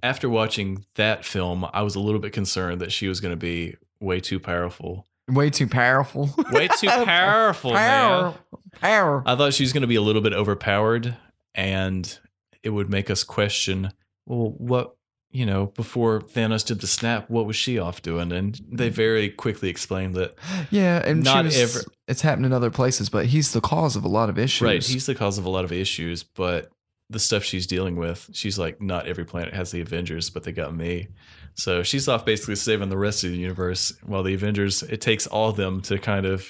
S2: after watching that film, I was a little bit concerned that she was going to be way too powerful.
S3: Way too powerful.
S2: Way too powerful, man.
S3: power, power.
S2: I thought she was going to be a little bit overpowered, and it would make us question, well, what you know, before Thanos did the snap, what was she off doing? And they very quickly explained that
S3: yeah, and
S2: Uh, not
S3: she was,
S2: ever-
S3: It's happened in other places, but he's the cause of a lot of issues.
S2: right, he's the cause of a lot of issues, but the stuff she's dealing with, she's like, not every planet has the Avengers, but they got me. So she's off basically saving the rest of the universe, while the Avengers, it takes all of them to kind of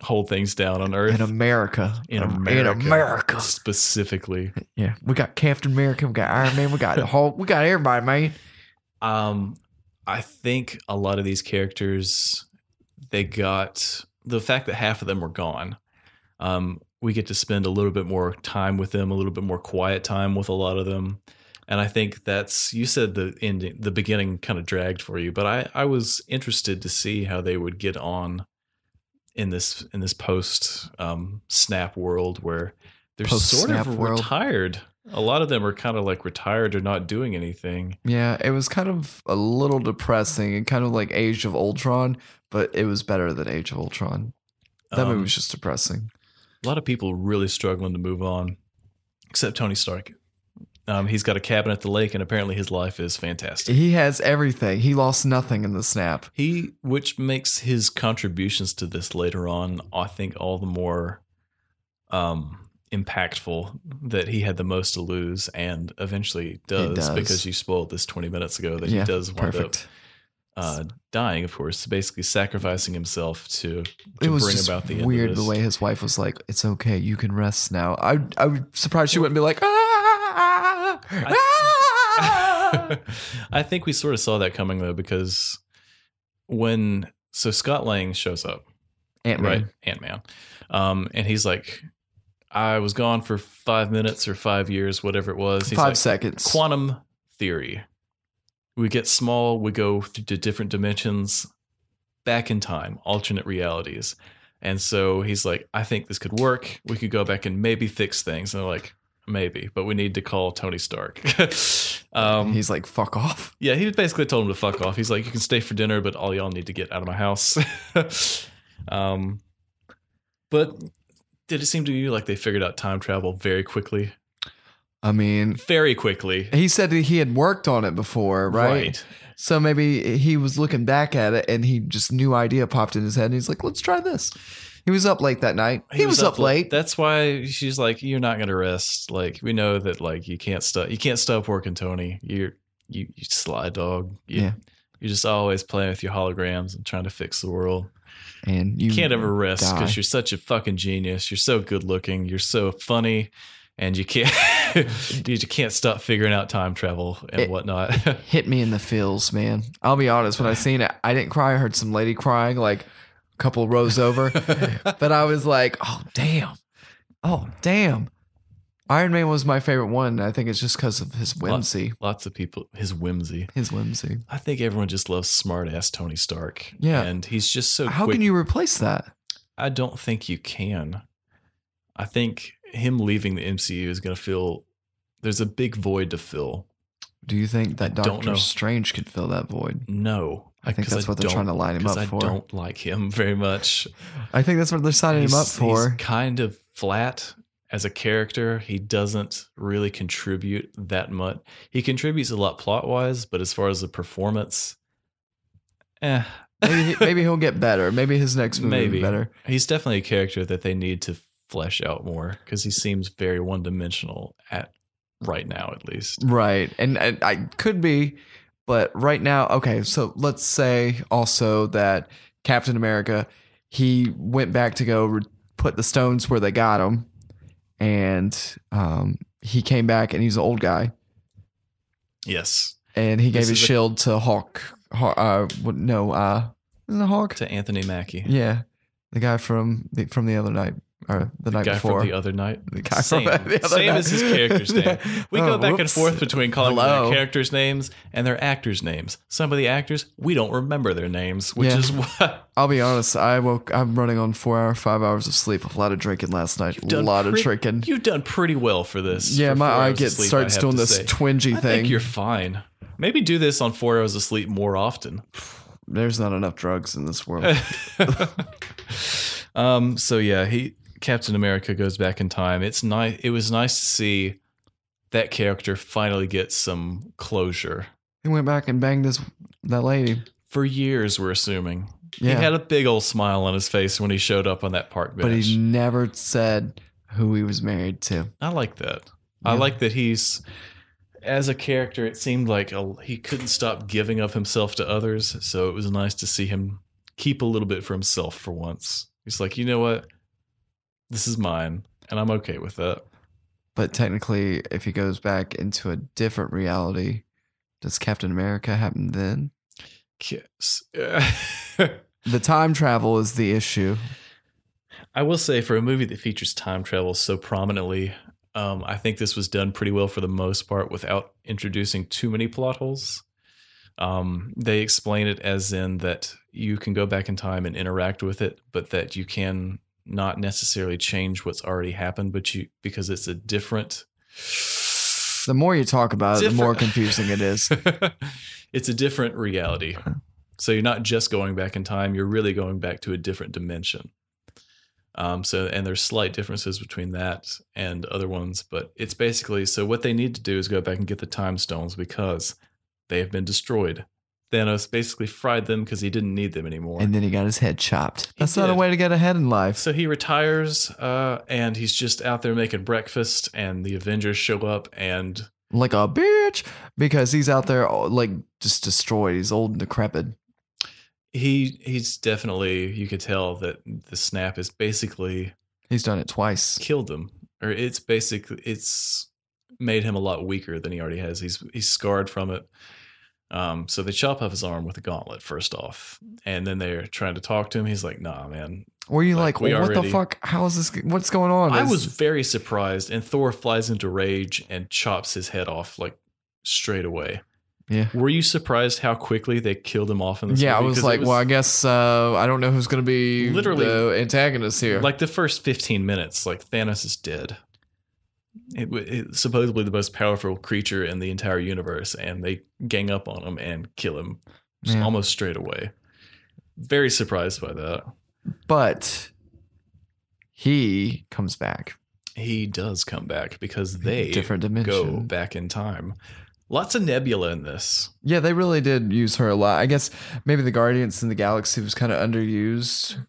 S2: hold things down on Earth.
S3: in America.
S2: in
S3: Um,
S2: America,
S3: In America.
S2: specifically.
S3: Yeah, we got Captain America, we got Iron Man, we got the whole, we got everybody, man.
S2: um i think a lot of these characters they got the fact that half of them were gone um we get to spend a little bit more time with them a little bit more quiet time with a lot of them and i think that's you said the ending the beginning kind of dragged for you but i i was interested to see how they would get on in this in this post um snap world where they're sort
S3: Post-snap
S2: of
S3: world.
S2: retired a lot of them are kind of like retired or not doing anything
S3: Yeah, it was kind of a little depressing and kind of like Age of Ultron, but it was better than Age of Ultron. That
S2: Um,
S3: movie was just depressing.
S2: a lot of people really struggling to move on, except Tony Stark. Um, he's got a cabin at the lake, and apparently his life is fantastic.
S3: He has everything. He lost nothing in the snap.
S2: He, which makes his contributions to this later on, I think, all the more um, impactful that he had the most to lose and eventually does,
S3: does.
S2: because you spoiled this 20 minutes ago that
S3: yeah,
S2: he does wind up
S3: perfect.
S2: uh, dying, of course, basically sacrificing himself to, to
S3: It was
S2: bring
S3: just
S2: about the end of
S3: weird the
S2: this.
S3: way his wife was like, "It's okay, you can rest now." I I was surprised she wouldn't be like, "Ah, ah."
S2: I think we sort of saw that coming though, because when so Scott Lang shows up,
S3: Ant-Man.
S2: right, Ant Man, um, and he's like, "I was gone for five minutes or five years, whatever it was." He's
S3: Five
S2: like,
S3: seconds.
S2: Quantum theory. We get small, we go through to different dimensions, back in time, alternate realities. And so he's like, I think this could work. We could go back and maybe fix things. And they're like, maybe, but we need to call Tony Stark. um,
S3: He's like, "Fuck off."
S2: yeah, he basically told him to fuck off. He's like, you can stay for dinner, but all y'all need to get out of my house. um, but did it seem to you like they figured out time travel very quickly?
S3: I mean,
S2: Very quickly.
S3: he said that he had worked on it before, right? So maybe he was looking back at it and he just new idea popped in his head and he's like, "Let's try this." He was up late that night. He, was, up,
S2: la-
S3: late.
S2: That's why she's like, "You're not gonna rest. Like we know that. Like you can't stop. You can't stop working, Tony. You're you, you sly dog. You,
S3: Yeah.
S2: You're just always playing with your holograms and trying to fix the world.
S3: and you
S2: You can't ever rest
S3: die.
S2: because you're such a fucking genius. You're so good looking. You're so funny, and you can't. dude, you can't stop figuring out time travel and
S3: It-
S2: whatnot.
S3: hit me in the feels, man. I'll be honest. When I seen it, I didn't cry. I heard some lady crying like a couple rows over, but I was like, "Oh damn, oh damn." Iron Man was my favorite one. and I think it's just because of his whimsy.
S2: Lots of people. His whimsy.
S3: His whimsy.
S2: I think everyone just loves smart ass Tony Stark.
S3: Yeah.
S2: and he's just so.
S3: How
S2: quick
S3: can you replace that?
S2: I don't think you can. I think him leaving the MCU is going to feel there's a big void to fill.
S3: Do you think that
S2: I don't know.
S3: Doctor Strange could fill that void?
S2: No,
S3: I think
S2: 'cause
S3: that's what they're
S2: don't-
S3: trying to line him
S2: 'cause
S3: up
S2: I
S3: for.
S2: don't like him very much.
S3: I think that's what they're signing him up
S2: He's-
S3: for.
S2: He's kind of flat as a character. He doesn't really contribute that much. He contributes a lot plot wise, but as far as the performance, eh,
S3: maybe, he, maybe he'll get better. Maybe his next movie will
S2: Maybe.
S3: be better.
S2: He's definitely a character that they need to flesh out more because he seems very one dimensional at right now, at least.
S3: Right. And, and I could be, but right now, okay, so let's say also that Captain America, he went back to go re- put the stones where they got him. And um, he came back and he's an old guy.
S2: Yes,
S3: And he gave
S2: This
S3: his
S2: is a-
S3: shield to Hawk. Hawk uh, what- no, uh, isn't it Hawk?
S2: to Anthony Mackie.
S3: Yeah. The guy from the, from the other night or the, night
S2: guy
S3: before.
S2: from the other night.
S3: The guy
S2: Same.
S3: from the other
S2: Same
S3: night.
S2: as his character's name. We
S3: Oh,
S2: go back and
S3: whoops.
S2: forth between calling
S3: Hello.
S2: their characters' names and their actors' names. Some of the actors, we don't remember their names, which
S3: Yeah.
S2: is why
S3: I'll be honest. I woke. I'm running on four hour, five hours of sleep. A lot of drinking last night. A
S2: done
S3: lot of
S2: pre-
S3: drinking.
S2: you've done pretty well for this.
S3: yeah,
S2: for
S3: my
S2: four
S3: eye
S2: hours of
S3: gets
S2: sleep, I
S3: starts
S2: have
S3: doing
S2: to
S3: this
S2: say.
S3: twingy
S2: I
S3: thing.
S2: think you're fine. Maybe do this on four hours of sleep more often.
S3: There's not enough drugs in this world.
S2: um. So yeah, he Captain America goes back in time. It's nice. It was nice to see that character finally get some closure.
S3: he went back and banged this that lady.
S2: For years, we're assuming
S3: Yeah,
S2: he had a big old smile on his face when he showed up on that park bench.
S3: but he never said who he was married to.
S2: I like that. I
S3: Yeah.
S2: like that he's as a character. It seemed like a, he couldn't stop giving of himself to others, so it was nice to see him keep a little bit for himself for once. He's like, you know what, this is mine, and I'm okay with that.
S3: But technically, if he goes back into a different reality, does Captain America happen then?
S2: Kiss.
S3: The time travel is the issue.
S2: I will say, for a movie that features time travel so prominently, um, I think this was done pretty well for the most part without introducing too many plot holes. Um, they explain it as in that you can go back in time and interact with it, but that you can not necessarily change what's already happened, but you because it's a different
S3: The more you talk about it, Uh, the more
S2: Different-
S3: confusing it is.
S2: it's a different reality. So you're not just going back in time, you're really going back to a different dimension. Um, so and there's slight differences between that and other ones, but it's basically so what they need to do is go back and get the time stones because they have been destroyed. Thanos basically fried them because he didn't need them anymore.
S3: And then he got his head chopped.
S2: He
S3: That's not a
S2: did.
S3: way to get ahead in life.
S2: so he retires, uh, and he's just out there making breakfast. And the Avengers show up, and
S3: Like a bitch. Because he's out there, all, like, just destroyed. He's old and decrepit.
S2: he he's definitely you could tell that the snap is basically
S3: He's done it twice.
S2: killed him, or it's basically it's made him a lot weaker than he already has. He's he's scarred from it. Um, so they chop off his arm with a gauntlet first off, and then they're trying to talk to him. He's like, "Nah, man,
S3: Were you
S2: Like,
S3: like,
S2: we
S3: well, what the
S2: already-
S3: fuck? How is this? What's going on?
S2: I
S3: Is-
S2: was very surprised, and Thor flies into rage and chops his head off like straight away.
S3: Yeah.
S2: Were you surprised how quickly they killed him off in this?
S3: Yeah, I
S2: movie?
S3: was
S2: 'Cause it
S3: like, well, I guess uh, I don't know who's going to be
S2: Literally-
S3: the antagonist here.
S2: like the first fifteen minutes, like Thanos is dead. It, wa- it supposedly the most powerful creature in the entire universe, and they gang up on him and kill him s-
S3: Yeah.
S2: almost straight away. Very surprised by that.
S3: but he comes back,
S2: He does come back because they
S3: different
S2: go
S3: dimension.
S2: back in time. Lots of Nebula in this.
S3: Yeah, they really did use her a lot. I guess maybe the Guardians in the Galaxy was kind of underused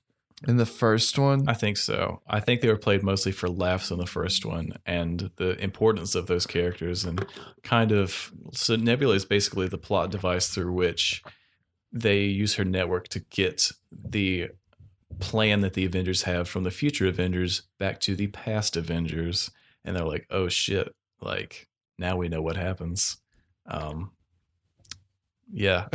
S3: in the first one.
S2: I think so. I think they were played mostly for laughs in the first one and the importance of those characters and kind of so Nebula is basically the plot device through which they use her network to get the plan that the Avengers have from the future Avengers back to the past Avengers and they're like, "Oh shit, like now we know what happens." Um yeah.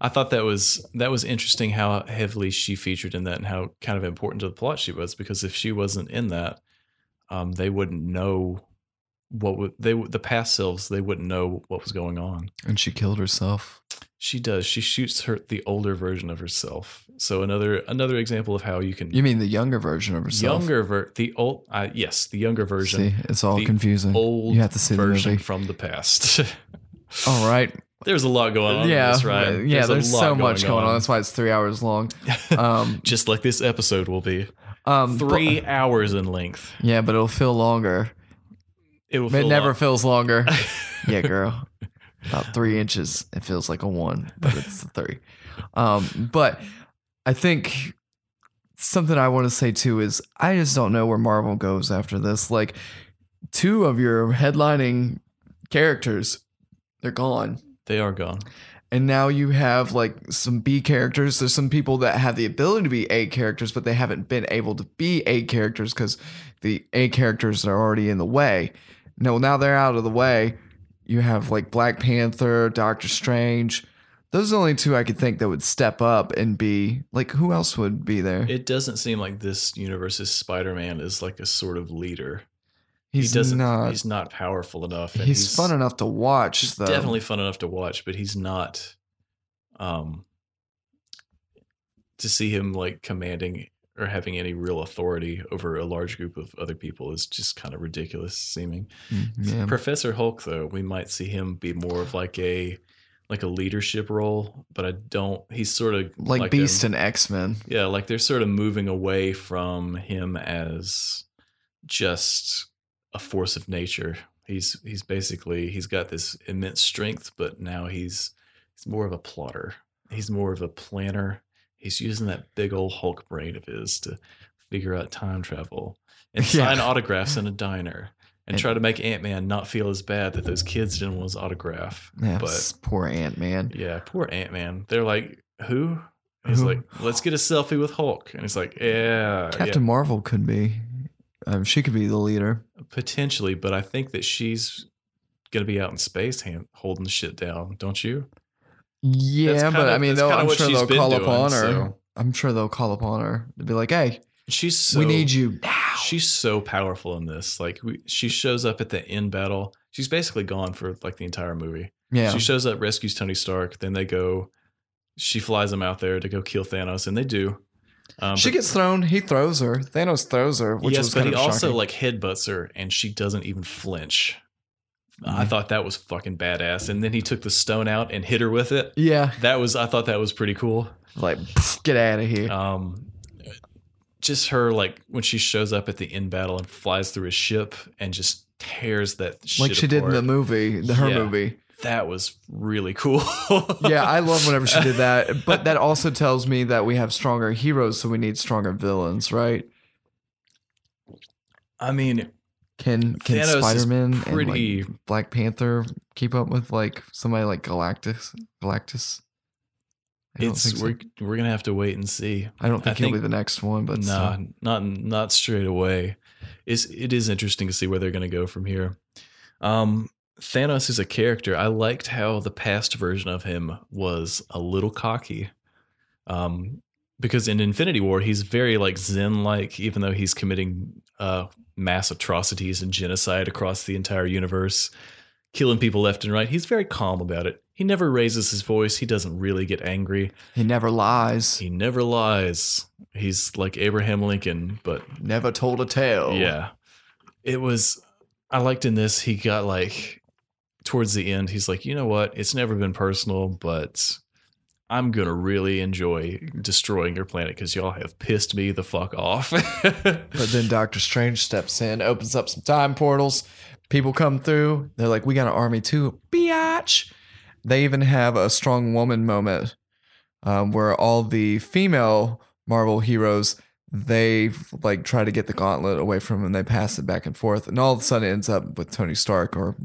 S2: I thought that was that was interesting how heavily she featured in that and how kind of important to the plot she was because if she wasn't in that, um, they wouldn't know what would they would- the past selves they wouldn't know what was going on.
S3: and she killed herself.
S2: She does. She shoots her the older version of herself. So another another example of how you can
S3: You mean the younger version of herself?
S2: younger ver- the old uh, yes the younger version
S3: See, it's all
S2: The
S3: confusing.
S2: old
S3: You have to see the
S2: version
S3: movie.
S2: from the past.
S3: All right.
S2: There's a lot going on. in
S3: yeah.
S2: this, Ryan.
S3: Yeah,
S2: a
S3: there's
S2: lot
S3: so much going on. That's why it's three hours long. Um,
S2: Just like this episode will be.
S3: um, but-
S2: three hours in length.
S3: yeah, but it'll feel longer.
S2: It will
S3: It
S2: feel
S3: never
S2: like-
S3: feels longer. yeah, girl. About three inches. It feels like a one, but it's a three. Um, but I think something I want to say too is I just don't know where Marvel goes after this. Like, two of your headlining characters, they're gone.
S2: they are gone.
S3: And now you have like some B characters. There's some people that have the ability to be A characters, but they haven't been able to be A characters because the A characters are already in the way. No, now they're out of the way. You have like Black Panther, Doctor Strange. Those are the only two I could think that would step up and be like, who else would be there?
S2: It doesn't seem like this universe's Spider-Man is like a sort of leader.
S3: he's
S2: he doesn't.
S3: not. He's,
S2: he's not powerful enough. and
S3: fun enough to watch,
S2: He's
S3: though.
S2: definitely fun enough to watch, but he's not. Um, to see him like commanding or having any real authority over a large group of other people is just kind of ridiculous seeming.
S3: Mm, Yeah.
S2: Professor Hulk, though, we might see him be more of like a like a leadership role, but I don't. He's sort of
S3: Like,
S2: a-
S3: Beast and X Men.
S2: yeah, like they're sort of moving away from him as just a force of nature. He's he's basically he's got this immense strength, but now he's he's more of a plotter. He's more of a planner. He's using that big old Hulk brain of his to figure out time travel and
S3: Yeah.
S2: sign autographs in a diner and
S3: And-
S2: try to make Ant Man not feel as bad that those kids didn't want his autograph.
S3: Yes, poor Ant Man.
S2: Yeah, poor Ant Man. They're like, who? He's
S3: Who?
S2: like, let's get a selfie with Hulk. And he's like, yeah, yeah,
S3: Captain Marvel could be. Um, she could be the leader.
S2: potentially, but I think that she's gonna be out in space hand, holding the shit down, don't you?
S3: Yeah,
S2: That's
S3: but
S2: kinda-
S3: I mean,
S2: that's
S3: they'll,
S2: kinda
S3: I'm
S2: what
S3: sure
S2: she's
S3: they'll
S2: been
S3: call
S2: doing,
S3: upon her.
S2: so-
S3: I'm sure they'll call upon her to be like, "Hey,
S2: She's so
S3: we need you now."
S2: She's so powerful in this. Like, we, she shows up at the end battle. She's basically gone for like the entire movie.
S3: yeah,
S2: She shows up, rescues Tony Stark. Then they go. She flies them out there to go kill Thanos, and they do. Um,
S3: she
S2: but-
S3: gets thrown. He throws her. Thanos throws her, which
S2: yes,
S3: was
S2: but
S3: kind
S2: he
S3: of
S2: also
S3: shocking.
S2: like headbutts her, and she doesn't even flinch. I
S3: Mhm.
S2: thought that was fucking badass. And then he took the stone out and hit her with it.
S3: yeah,
S2: That was I thought that was pretty cool.
S3: like "Pff, get out of here.
S2: Um, just her like when she shows up at the end battle and flies through his ship and just tears that shit
S3: like she did in the
S2: apart.
S3: movie, the, her
S2: Yeah.
S3: movie.
S2: that was really cool.
S3: yeah, I love whenever she did that. But that also tells me that we have stronger heroes, so we need stronger villains, right?
S2: I mean,
S3: Can can
S2: Thanos is
S3: Spider Man and
S2: pretty.
S3: like Black Panther keep up with like somebody like Galactus? Galactus. I don't
S2: it's
S3: think so.
S2: we're we're gonna have to wait and see.
S3: I don't
S2: I
S3: think he'll
S2: think-
S3: be the next one, but
S2: no,
S3: uh,
S2: not not straight away. Is it is interesting to see where they're going to go from here. Um, Thanos is a character. I liked how the past version of him was a little cocky. Um, because in Infinity War, he's very like Zen like, even though he's committing uh mass atrocities and genocide across the entire universe, killing people left and right. He's very calm about it. He never raises his voice. He doesn't really get angry.
S3: he never lies,
S2: He never lies. He's like Abraham Lincoln, but
S3: never told a tale.
S2: yeah. It was I liked in this he got like towards the end he's like, "You know what? It's never been personal, but I'm going to really enjoy destroying your planet cuz y'all have pissed me the fuck off."
S3: But then Doctor Strange steps in, opens up some time portals. People come through. They're like, we got an army too. Biatch. They even have a strong woman moment um, where all the female Marvel heroes, they like try to get the gauntlet away from him and they pass it back and forth. And all of a sudden it ends up with Tony Stark or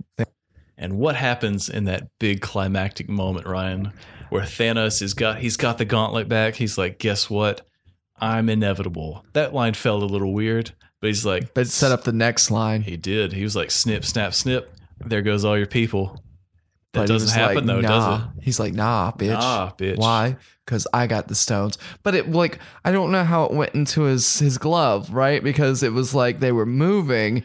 S2: and what happens in that big climactic moment, Ryan, where Thanos has got he's got the gauntlet back. He's like, "Guess what? I'm inevitable." That line felt a little weird, but he's like,
S3: but set up the next line.
S2: He did. He was like, snip, snap, snip. There goes all your people. That
S3: But he
S2: doesn't
S3: was
S2: happen
S3: like,
S2: though,
S3: nah.
S2: does it?
S3: He's like, nah, bitch.
S2: Nah, bitch.
S3: Why? Because I got the stones. But it like I don't know how it went into his his glove, right? Because it was like they were moving.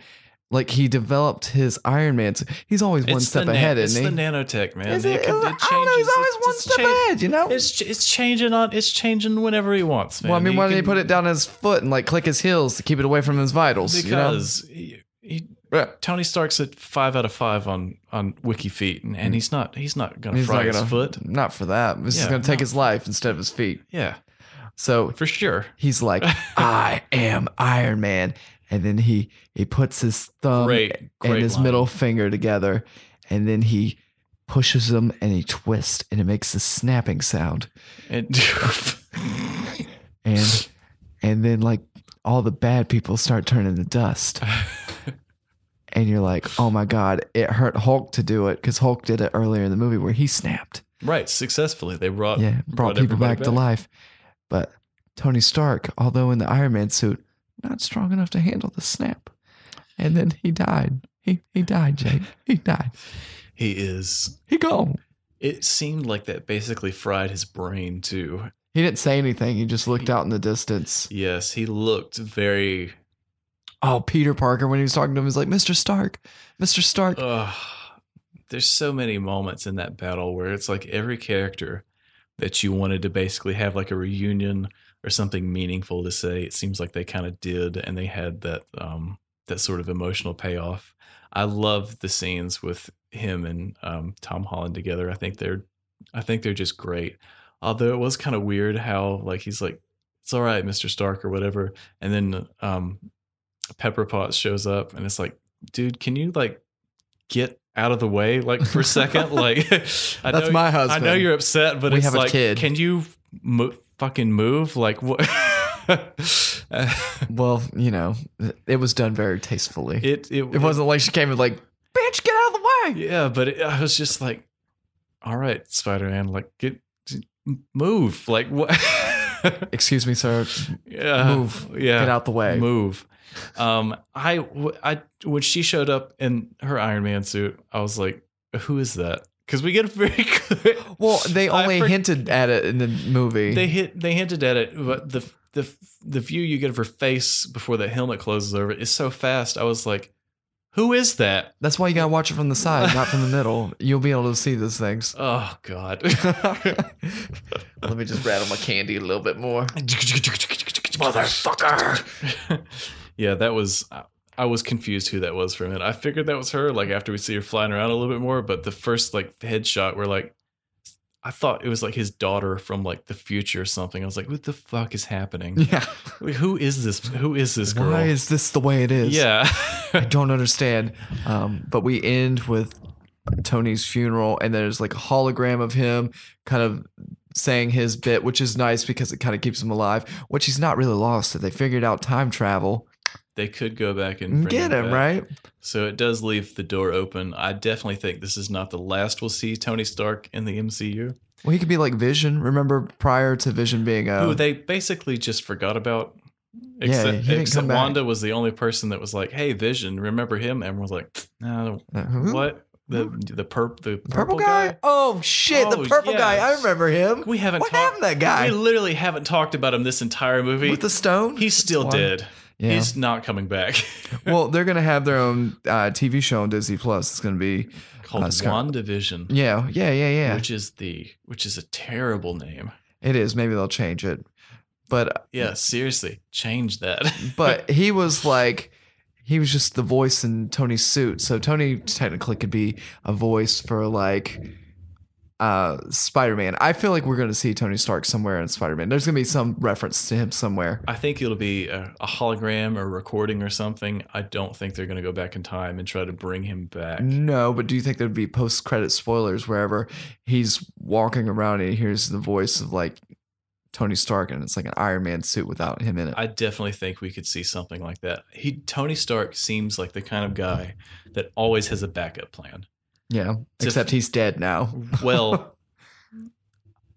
S3: Like he developed his Iron Man. So he's always one
S2: It's
S3: step
S2: the na-
S3: ahead,
S2: It's
S3: isn't
S2: the
S3: he?
S2: nanotech, man.
S3: Is it-
S2: can-
S3: I don't know. He's
S2: changes.
S3: always
S2: It's-
S3: one
S2: it's
S3: step
S2: cha-
S3: ahead, you know.
S2: It's it's changing on. It's changing whenever he wants, man.
S3: well, I mean,
S2: You
S3: why didn't he
S2: can-
S3: put it down his foot and like click his heels to keep it away from his vitals?
S2: Because he- he-
S3: you know? Yeah.
S2: Tony Stark's at five out of five on on Wiki Feet, and, and he's not he's not gonna
S3: Mm. He's
S2: fry
S3: not gonna,
S2: his foot.
S3: Not for that. This is
S2: Yeah,
S3: gonna take
S2: no.
S3: his life instead of his feet.
S2: Yeah,
S3: So
S2: for sure.
S3: he's like, I am Iron Man. And then he he puts his thumb
S2: Great, great
S3: Um, and his
S2: line.
S3: middle finger together, and then he pushes them and he twists and it makes a snapping sound.
S2: And-
S3: And and then like all the bad people start turning to dust. and you're like, oh my god, it hurt Hulk to do it because Hulk did it earlier in the movie where he snapped.
S2: right, successfully they Uh, brought
S3: yeah, brought, people
S2: everybody
S3: back, to life. But Tony Stark, although in the Iron Man suit, not strong enough to handle the snap. And then he died. He he died, Jake. He died.
S2: He is
S3: He gone.
S2: It seemed like that basically fried his brain too.
S3: He didn't say anything. He just looked out in the distance.
S2: Yes, he looked very.
S3: Oh, Peter Parker, when he was talking to him, he's like, Mr. Stark, Mr. Stark.
S2: Ugh. there's so many moments in that battle where it's like every character that you wanted to basically have like a reunion or something meaningful to say. It seems like they kind of did, and they had that um, that sort of emotional payoff. I love the scenes with him and um, Tom Holland together. I think they're I think they're just great. Although it was kind of weird how like he's like, it's all right, Mr. Stark or whatever. And then um Pepper Potts shows up and it's like, dude, can you like get out of the way like for a second? like I
S3: That's
S2: know,
S3: my
S2: I
S3: husband.
S2: know you're upset, but
S3: We
S2: it's
S3: have a
S2: like
S3: kid.
S2: can you mo- fucking move? Like what
S3: Well, you know, it was done very tastefully.
S2: it,
S3: It,
S2: it it
S3: wasn't like she came and like, bitch, get out of the way.
S2: Yeah, but it, I was just like, all right, Spider Man, like get move, like what?
S3: Excuse me, sir.
S2: yeah,
S3: Move.
S2: yeah,
S3: Get out the way.
S2: move. Um, I, w- I, when she showed up in her Iron Man suit, I was like, who is that? Because we get a very good.
S3: Well, they
S2: I
S3: only
S2: for-
S3: hinted at it in the movie.
S2: They hit. They hinted at it, but the the the view you get of her face before that helmet closes over it is so fast. I was like, who is that?
S3: That's why you gotta watch it from the side, not from the middle. You'll be able to see those things.
S2: Oh God.
S3: Let me just rattle my candy a little bit more.
S2: motherfucker. yeah, that was. I- I was confused who that was for a minute. I figured that was her. Like after we see her flying around a little bit more, but the first like headshot, we're like, I thought it was like his daughter from like the future or something. I was like, what the fuck is happening?
S3: Yeah.
S2: Like, who is this? Who is this girl?
S3: Why is this the way it is?
S2: yeah.
S3: I don't understand. Um, but we end with Tony's funeral, and there's like a hologram of him kind of saying his bit, which is nice because it kind of keeps him alive, which he's not really lost. If they figured out time travel,
S2: They could go back and bring
S3: get him,
S2: back.
S3: right?
S2: So it does leave the door open. I definitely think this is not the last we'll see Tony Stark in the MCU.
S3: Well, he could be like Vision. Remember prior to Vision being a
S2: who they basically just forgot about.
S3: Oh. Yeah,
S2: Except,
S3: he didn't
S2: except
S3: come back.
S2: Wanda was the only person that was like, "Hey, Vision, remember him?" And was like, "No,
S3: Uh, who?
S2: what the the perp the purple,
S3: purple guy? Oh shit,
S2: Oh,
S3: the purple guy. I
S2: yes.
S3: remember him.
S2: We haven't
S3: what
S2: talked
S3: happened to that guy
S2: We literally haven't talked about him this entire movie.
S3: with the stone?
S2: He's still
S3: Why?
S2: dead.
S3: Yeah.
S2: He's not coming back.
S3: well, they're gonna have their own uh, TV show on Disney Plus. It's gonna be
S2: Called
S3: Uh, Scarlet-
S2: WandaVision,
S3: yeah, yeah, yeah, yeah.
S2: which is the which is a terrible name.
S3: it is. Maybe they'll change it, but uh,
S2: Yeah, seriously, change that.
S3: Mm. but he was like he was just the voice in Tony's suit. So Tony technically could be a voice for like uh Spider-Man. I feel like we're going to see Tony Stark somewhere in Spider-Man. There's going to be some reference to him somewhere.
S2: I think it'll be a, a hologram or recording or something. I don't think they're going to go back in time and try to bring him back.
S3: No, but do you think there'd be post-credit spoilers wherever he's walking around and he hears the voice of like Tony Stark and it's like an Iron Man suit without him in it.
S2: I definitely think we could see something like that. He Tony Stark seems like the kind of guy that always has a backup plan.
S3: yeah, except he's dead now.
S2: Well,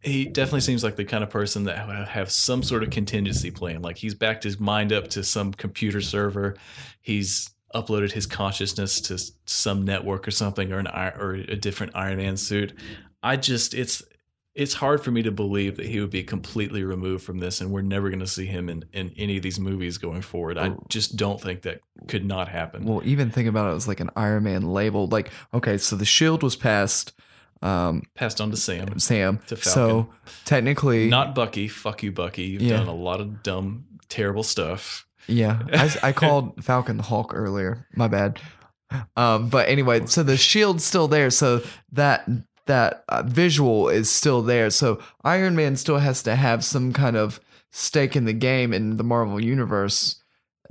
S2: he definitely seems like the kind of person that would have some sort of contingency plan. Like he's backed his mind up to some computer server. He's uploaded his consciousness to s- some network or something or an ir- or a different Iron Man suit. I just it's it's hard for me to believe that he would be completely removed from this and we're never going to see him in, in any of these movies going forward. I just don't think that could not happen.
S3: Well, even think about it as like an Iron Man label. Like, okay, so the shield was passed, um,
S2: Passed on to Sam.
S3: Sam.
S2: To Falcon.
S3: so technically,
S2: Not Bucky. Fuck you, Bucky. You've
S3: Yeah.
S2: done a lot of dumb, terrible stuff.
S3: yeah. I, I called Falcon the Hulk earlier. My bad. Um, but anyway, so the shield's still there. So that that uh, visual is still there. So Iron Man still has to have some kind of stake in the game in the Marvel universe.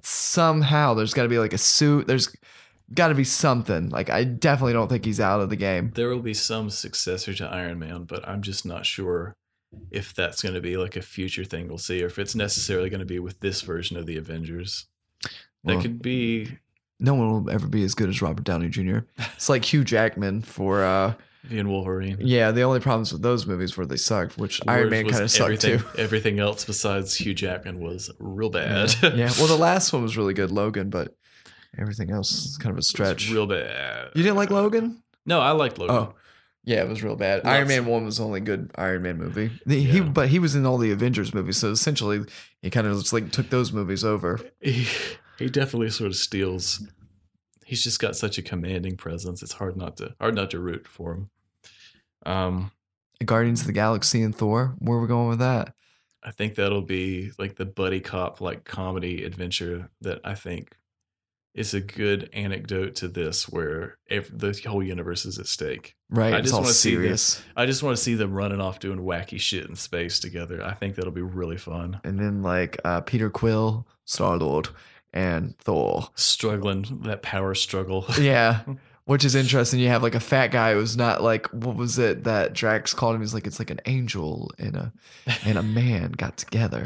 S3: Somehow, there's got to be like a suit. There's got to be something. Like, I definitely don't think he's out of the game.
S2: There will be some successor to Iron Man, but I'm just not sure if that's going to be like a future thing we'll see or if it's necessarily going to be with this version of the Avengers.
S3: Well-
S2: that could be
S3: no one will ever be as good as Robert Downey Jr. It's like Hugh Jackman for uh
S2: being Wolverine.
S3: yeah, the only problems with those movies were they sucked, which
S2: Whereas
S3: Iron Man
S2: was
S3: kind of sucked
S2: everything,
S3: too.
S2: Everything else besides Hugh Jackman was real bad.
S3: Yeah. Yeah. Well, the last one was really good, Logan, but everything else is kind of a stretch.
S2: It's real bad.
S3: you didn't like Logan?
S2: No, I liked Logan.
S3: Oh. Yeah, it was real bad.
S2: Lots.
S3: Iron Man 1 was the only good Iron Man movie. The- He
S2: Yeah.
S3: but he was in all the Avengers movies, so essentially he kind of just like took those movies over.
S2: he, he definitely sort of steals. He's just got such a commanding presence. It's hard not to hard not to root for him. Um,
S3: Guardians of the Galaxy and Thor. Where are we going with that?
S2: I think that'll be like the buddy cop like comedy adventure that I think is a good anecdote to this, where ev the whole universe is at stake.
S3: Right?
S2: I
S3: it's
S2: just
S3: all
S2: wanna see the-
S3: serious.
S2: I just want to see them running off doing wacky shit in space together. I think that'll be really fun.
S3: and then like uh, Peter Quill, Star Lord, and Thor.
S2: Struggling that power struggle.
S3: Yeah, which is interesting. You have like a fat guy who's not like what was it that Drax called him? He's like it's like an angel and a and a man got together.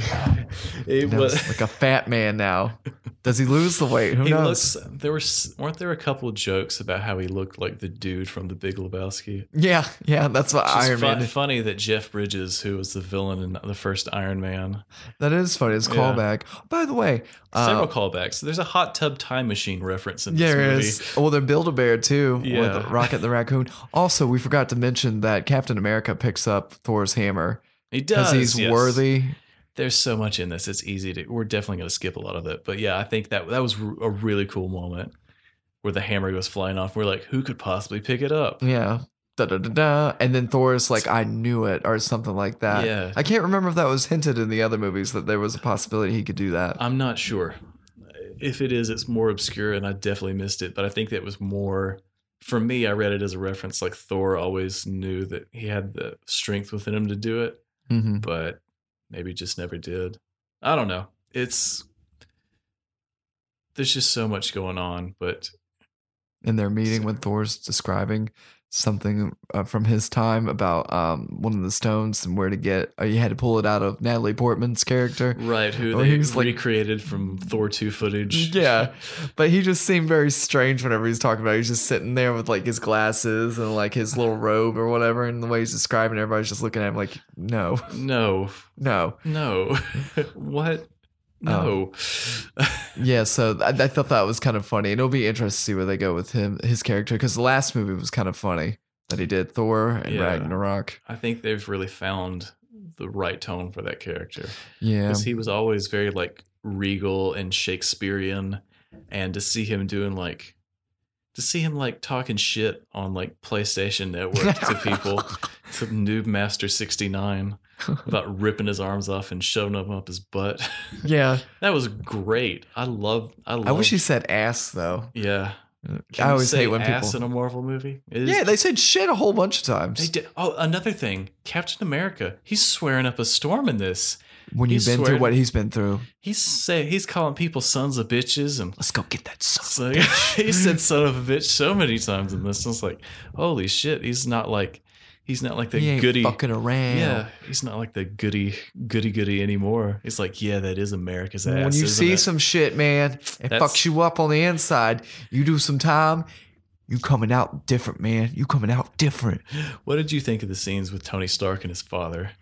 S2: it
S3: Now
S2: was
S3: it's like a fat man now. Does he lose the weight? Who
S2: he
S3: knows?
S2: looks. There were s- weren't there a couple of jokes about how he looked like the dude from The Big Lebowski.
S3: yeah, yeah, that's what
S2: It's
S3: Iron Man.
S2: fu- funny that Jeff Bridges, who was the villain in the first Iron Man,
S3: That is funny. It's a
S2: Yeah.
S3: callback. By the way,
S2: several
S3: uh,
S2: callbacks. There's a hot tub time machine reference in this
S3: There
S2: movie.
S3: is. oh, Well, the Build a Bear too,
S2: Yeah.
S3: with Rocket the Raccoon. Also, we forgot to mention that Captain America picks up Thor's hammer
S2: He does.
S3: because he's
S2: yes.
S3: worthy.
S2: There's so much in this. It's easy to. We're definitely going to skip a lot of it. But yeah, I think that that was r- a really cool moment where the hammer goes flying off. We're like, who could possibly pick it up?
S3: Yeah. Da da da da. And then Thor is like, I knew it, or something like that.
S2: Yeah.
S3: I can't remember if that was hinted in the other movies that there was a possibility he could do that.
S2: I'm not sure. If it is, it's more obscure, and I definitely missed it. But I think that was more for me. I read it as a reference, like Thor always knew that he had the strength within him to do it,
S3: hmm
S2: but maybe just never did. I don't know. It's there's just so much going on, but
S3: In their meeting when Thor's describing something uh, from his time about um, one of the stones and where to get. Uh, you had to pull it out of Natalie Portman's character.
S2: Right, who
S3: Oh,
S2: they
S3: he was like-
S2: recreated from Thor 2 footage.
S3: Yeah, but he just seemed very strange whenever he's talking about. It. He's just sitting there with like his glasses and like his little robe or whatever, and the way he's describing, it, everybody's just looking at him like, no,
S2: No,
S3: no.
S2: no. Oh. what? No.
S3: Yeah, so I, I thought that was kind of funny, and it'll be interesting to see where they go with him, his character, because the last movie was kind of funny that he did Thor and
S2: Yeah.
S3: Ragnarok.
S2: I think they've really found the right tone for that character.
S3: Yeah,
S2: Because he was always very like regal and Shakespearean. And to see him doing like, to see him like talking shit on like PlayStation Network to people, to Noob Master 69 about ripping his arms off and shoving them up his butt.
S3: yeah.
S2: That was great. I love. I love.
S3: I wish he said ass though.
S2: Yeah. Can
S3: I
S2: you
S3: always
S2: say
S3: hate when
S2: ass
S3: people.
S2: in a Marvel movie. It is-
S3: Yeah, they said shit a whole bunch of
S2: they
S3: times.
S2: did. Oh, another thing. Captain America. He's swearing up a storm in this.
S3: When you've
S2: He
S3: been through
S2: sweared-
S3: what he's been through,
S2: He's say he's calling people sons of bitches and.
S3: let's go get that son.
S2: So, he said "son of a bitch" so many times in this. I was like, "Holy shit!" He's not like, he's not like the
S3: He ain't
S2: goody.
S3: fucking around.
S2: yeah, he's not like the goody goody goody anymore. He's like, "Yeah, that is America's ass."
S3: When you
S2: isn't
S3: see
S2: it?"
S3: some shit, man, it
S2: That's-
S3: fucks you up on the inside. You do some time, you coming out different, man. You coming out different.
S2: what did you think of the scenes with Tony Stark and his father?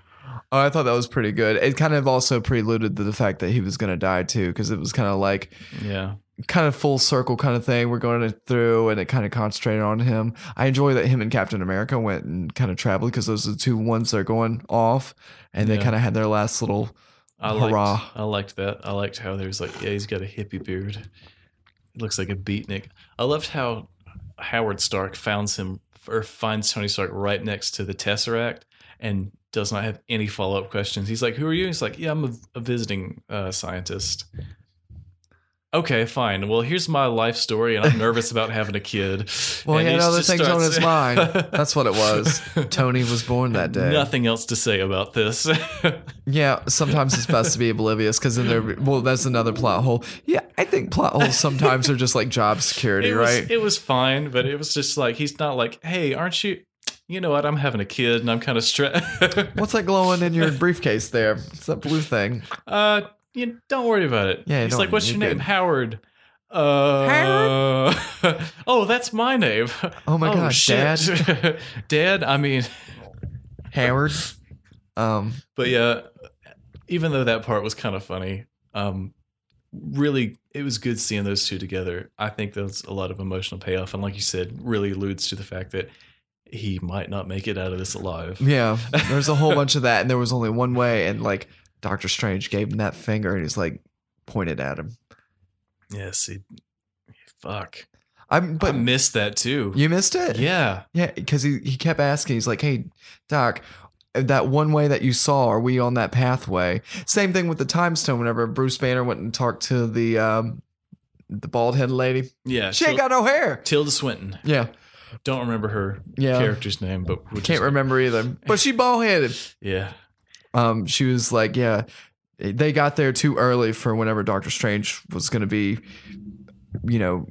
S3: Oh, I thought that was pretty good. It kind of also preluded to the fact that he was going to die too, because it was kind of like
S2: Yeah,
S3: kind of full circle kind of thing. We're going through, and it kind of concentrated on him. I enjoy that him and Captain America went and kind of traveled because those are the two ones that are going off, and they
S2: Yeah.
S3: kind of had their last little
S2: I
S3: Hurrah.
S2: liked. I liked that. I liked how there was like, yeah, he's got a hippie beard. It looks like a beatnik. I loved how Howard Stark finds him or finds Tony Stark right next to the Tesseract and does not have any follow up questions. He's like, "Who are you?" He's like, "Yeah, I'm a, a visiting uh, scientist." Okay, fine. Well, here's my life story, and I'm nervous about having a kid.
S3: Well,
S2: And
S3: he had
S2: he's
S3: other
S2: just
S3: things on
S2: starts-
S3: his mind. That's what it was. Tony was born that day.
S2: Nothing else to say about this.
S3: Yeah, sometimes it's best to be oblivious because then there. Well, that's another plot hole. Yeah, I think plot holes sometimes are just like job security,
S2: it
S3: right?
S2: Was, it was fine, but it was just like he's not like, hey, aren't you? You know what? I'm having a kid, and I'm kind of stressed.
S3: What's that glowing in your briefcase there? It's that blue thing.
S2: uh, you don't worry about it.
S3: Yeah,
S2: he's
S3: don't-
S2: like, what's
S3: you're
S2: your name?
S3: good.
S2: Howard. Uh, oh, that's my name.
S3: Oh my gosh,
S2: Dad. Dad. I mean,
S3: Howard. Um,
S2: but yeah, even though that part was kind of funny, um, really, it was good seeing those two together. I think there's a lot of emotional payoff, and like you said, really alludes to the fact that he might not make it out of this alive.
S3: yeah, there's a whole bunch of that, and there was only one way, and like Doctor Strange gave him that finger, and he's like pointed at him.
S2: Yes, he, fuck.
S3: I'm,
S2: But I
S3: but
S2: missed that too.
S3: you missed it.
S2: yeah,
S3: Yeah, because he, he kept asking. He's like, hey, Doc, that one way that you saw, are we on that pathway? Same thing with the time stone whenever Bruce Banner went and talked to the um, the bald head lady.
S2: yeah.
S3: She ain't
S2: Til-
S3: got no hair.
S2: Tilda Swinton.
S3: Yeah,
S2: Don't remember her
S3: yeah.
S2: character's name, but we'll just-
S3: Can't remember either. But she bald headed.
S2: Yeah,
S3: Um, she was like, yeah, they got there too early for whenever Doctor Strange was going to be, you know,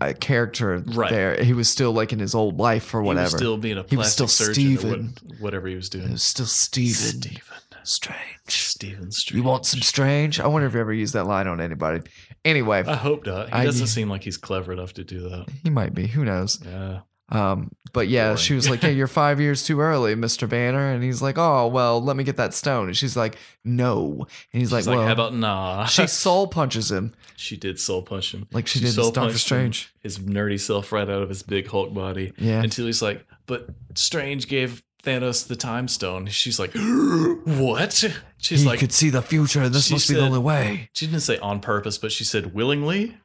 S3: a character
S2: Right.
S3: there. He was still like in his old life or
S2: He
S3: whatever.
S2: was still being a plastic
S3: He was still
S2: surgeon or what, whatever he was
S3: He
S2: doing.
S3: was still Steven.
S2: Steven.
S3: Strange.
S2: Steven Strange.
S3: You want some strange? I wonder if you ever used that line on anybody. Anyway,
S2: I hope not. He
S3: I-
S2: doesn't seem like he's clever enough to do that.
S3: he might be. Who knows?
S2: Yeah.
S3: Um, but yeah,
S2: Boring.
S3: she was like, "Hey, you're five years too early, Mister Banner," and he's like, "Oh, well, let me get that stone." And she's like, "No," and he's
S2: She's
S3: like,
S2: like,
S3: "Well."
S2: how about nah?
S3: she soul punches him
S2: she did soul punch him.
S3: like she, did
S2: soul
S3: with Doctor
S2: punched him,
S3: Strange.
S2: His nerdy self right out of his big Hulk body.
S3: Yeah.
S2: Until he's like, but Strange gave Thanos the time stone. She's like, what? She's
S3: he
S2: like,
S3: could see the future. This
S2: she
S3: must be the
S2: said-
S3: only way.
S2: she didn't say on purpose, but she said willingly,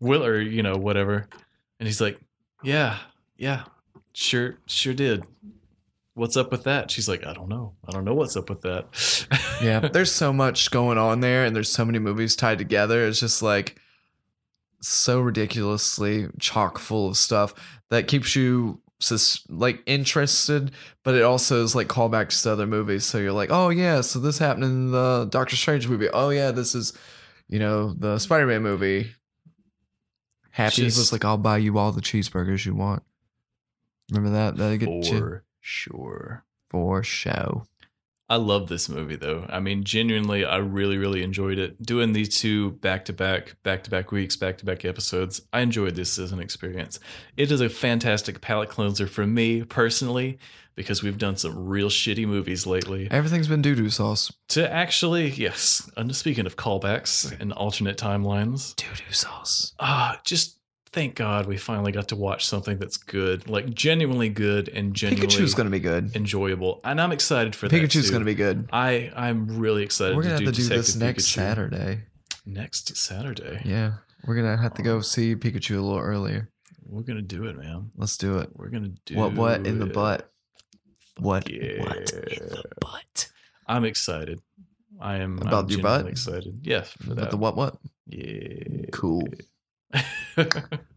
S2: will or you know whatever. And he's like, yeah, yeah, sure, sure did. What's up with that? She's like, I don't know. I don't know what's up with that.
S3: Yeah, there's so much going on there, and there's so many movies tied together. It's just like so ridiculously chock full of stuff that keeps you sus- like interested, but it also is like callbacks to other movies. So you're like, oh yeah, so this happened in the Doctor Strange movie. Oh yeah, this is you know the Spider-Man movie. Happy
S2: Just-
S3: was like, I'll buy you all the cheeseburgers you want. Remember that? That'll get you
S2: for sure.
S3: for show.
S2: I love this movie though. I mean, genuinely, I really, really enjoyed it. Doing these two back to back, back to back weeks, back to back episodes, I enjoyed this as an experience. It is a fantastic palate cleanser for me personally, because we've done some real shitty movies lately.
S3: Everything's been doo doo sauce.
S2: To actually, yes, and speaking of callbacks and alternate timelines,
S3: Doo doo sauce.
S2: ah, just thank God we finally got to watch something that's good, like genuinely good and genuinely
S3: Pikachu's gonna be good.
S2: enjoyable. And I'm excited for that. too.
S3: Pikachu's
S2: Uh,
S3: gonna be good.
S2: I I'm really excited
S3: We're
S2: to
S3: gonna
S2: do
S3: have to do
S2: Detective
S3: this next
S2: Pikachu.
S3: Saturday.
S2: Next Saturday.
S3: Yeah, we're gonna have to
S2: Oh.
S3: go see Pikachu a little earlier.
S2: We're gonna do it, man.
S3: Let's do it.
S2: We're gonna do
S3: what? What in the
S2: it.
S3: butt? What?
S2: Yeah.
S3: What in the butt?
S2: I'm excited. I am I'm
S3: About your
S2: genuinely
S3: butt?
S2: Excited. Yes, for
S3: But
S2: that.
S3: the what? What?
S2: yeah.
S3: Cool.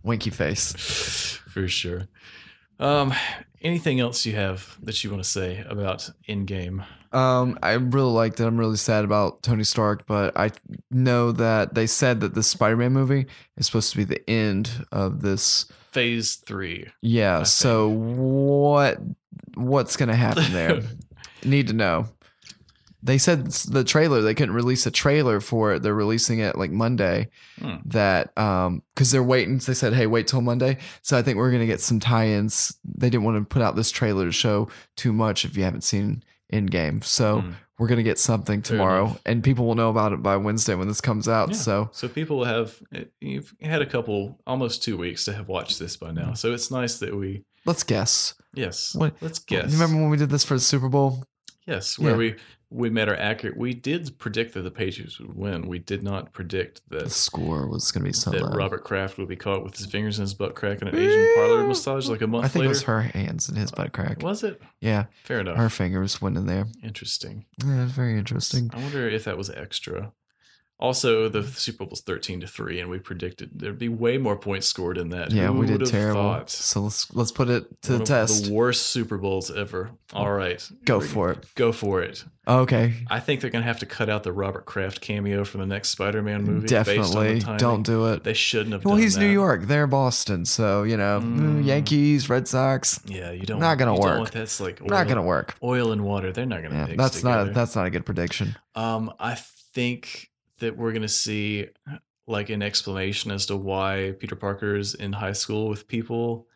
S3: Winky face.
S2: for sure. Um, anything else you have that you want to say about in game?
S3: Um, I really liked it. I'm really sad about Tony Stark, but I know that they said that this Spider-Man movie is supposed to be the end of this.
S2: Phase three.
S3: Yeah.
S2: I
S3: so what? What's gonna happen there? Need to know. They said s- the trailer. They couldn't release a trailer for it. They're releasing it like Monday.
S2: Hmm.
S3: That um, because they're waiting. They said, "Hey, wait till Monday." So I think we're gonna get some tie-ins. They didn't want to put out this trailer to show too much if you haven't seen Endgame. So
S2: Hmm.
S3: we're gonna get something
S2: Fair
S3: tomorrow,
S2: enough.
S3: and people will know about it by Wednesday when this comes out.
S2: Yeah.
S3: So
S2: So people have eh, you've had a couple, almost two weeks to have watched this by now. So it's nice that we
S3: let's guess.
S2: yes,
S3: Mm. What-
S2: let's guess.
S3: Remember when we did this for the Super Bowl?
S2: yes, where
S3: Yeah.
S2: we we met our accurate. We did predict that the Patriots would win. We did not predict
S3: The
S2: that
S3: score was gonna be so
S2: that
S3: low.
S2: Robert Kraft would be caught with his fingers in his butt crack and an Asian parlor massage like a month
S3: I think
S2: later. uh,
S3: it was her hands in his butt crack.
S2: Was it?
S3: Yeah,
S2: Fair enough.
S3: her fingers went in there.
S2: Interesting.
S3: Yeah, it's very interesting.
S2: I wonder if that was extra. Also, the Super Bowl was thirteen to three, and we predicted there'd be way more points scored in that.
S3: Yeah,
S2: Who
S3: we did
S2: would've
S3: terrible.
S2: thought?
S3: So let's let's put it to
S2: One
S3: the
S2: of
S3: test.
S2: The worst Super Bowls ever. All right.
S3: Go for it.
S2: Go for it.
S3: Okay,
S2: I think they're going to have to cut out the Robert Kraft cameo for the next Spider Man movie. Based on
S3: definitely
S2: the timing.
S3: don't do it.
S2: They shouldn't have
S3: Well,
S2: done
S3: he's New
S2: that.
S3: York. They're Boston, so you know
S2: Mm.
S3: Yankees, Red Sox.
S2: Yeah, you don't.
S3: Not gonna
S2: you don't
S3: work.
S2: want- that's like oil,
S3: Not gonna work.
S2: oil and water. They're not going to
S3: Yeah,
S2: mix
S3: that's not
S2: together.
S3: a, that's not a good prediction.
S2: Um, I think that we're going to see uh, like an explanation as to why Peter Parker's in high school with people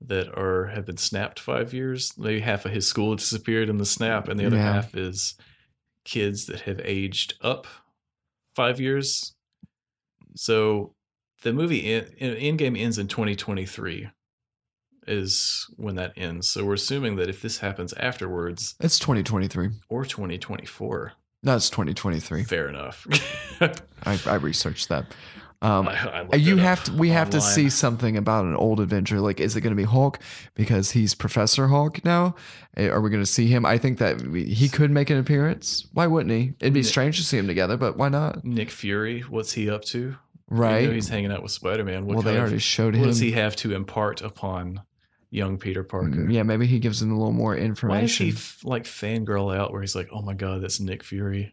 S2: that are have been snapped five years. Maybe half of his school disappeared in the snap, and the other
S3: Yeah.
S2: half is kids that have aged up five years. So the movie in, in Endgame ends in 2023 is when that ends. So we're assuming that if this happens afterwards
S3: It's 2023.
S2: or 2024,
S3: No, it's 2023.
S2: Fair enough.
S3: I, I researched that. Um,
S2: I looked
S3: you
S2: it
S3: have
S2: up
S3: to. We have to
S2: online.
S3: see something about an old adventure. Like, is it going to be Hulk because he's Professor Hulk now? Eh, Are we going to see him? I think that we, he could make an appearance. Why wouldn't he? It'd be
S2: Yeah.
S3: strange to see him together, but why not?
S2: Nick Fury. What's he up to? You know
S3: Right.
S2: he's hanging out with Spider Man. What
S3: Well,
S2: kind
S3: they already
S2: of,
S3: showed
S2: What
S3: him.
S2: does he have to impart upon young Peter Parker?
S3: Mm, Yeah, maybe he gives him a little more
S2: Why does he
S3: information.
S2: f- like fangirl out where he's like, "Oh my God, that's Nick Fury"?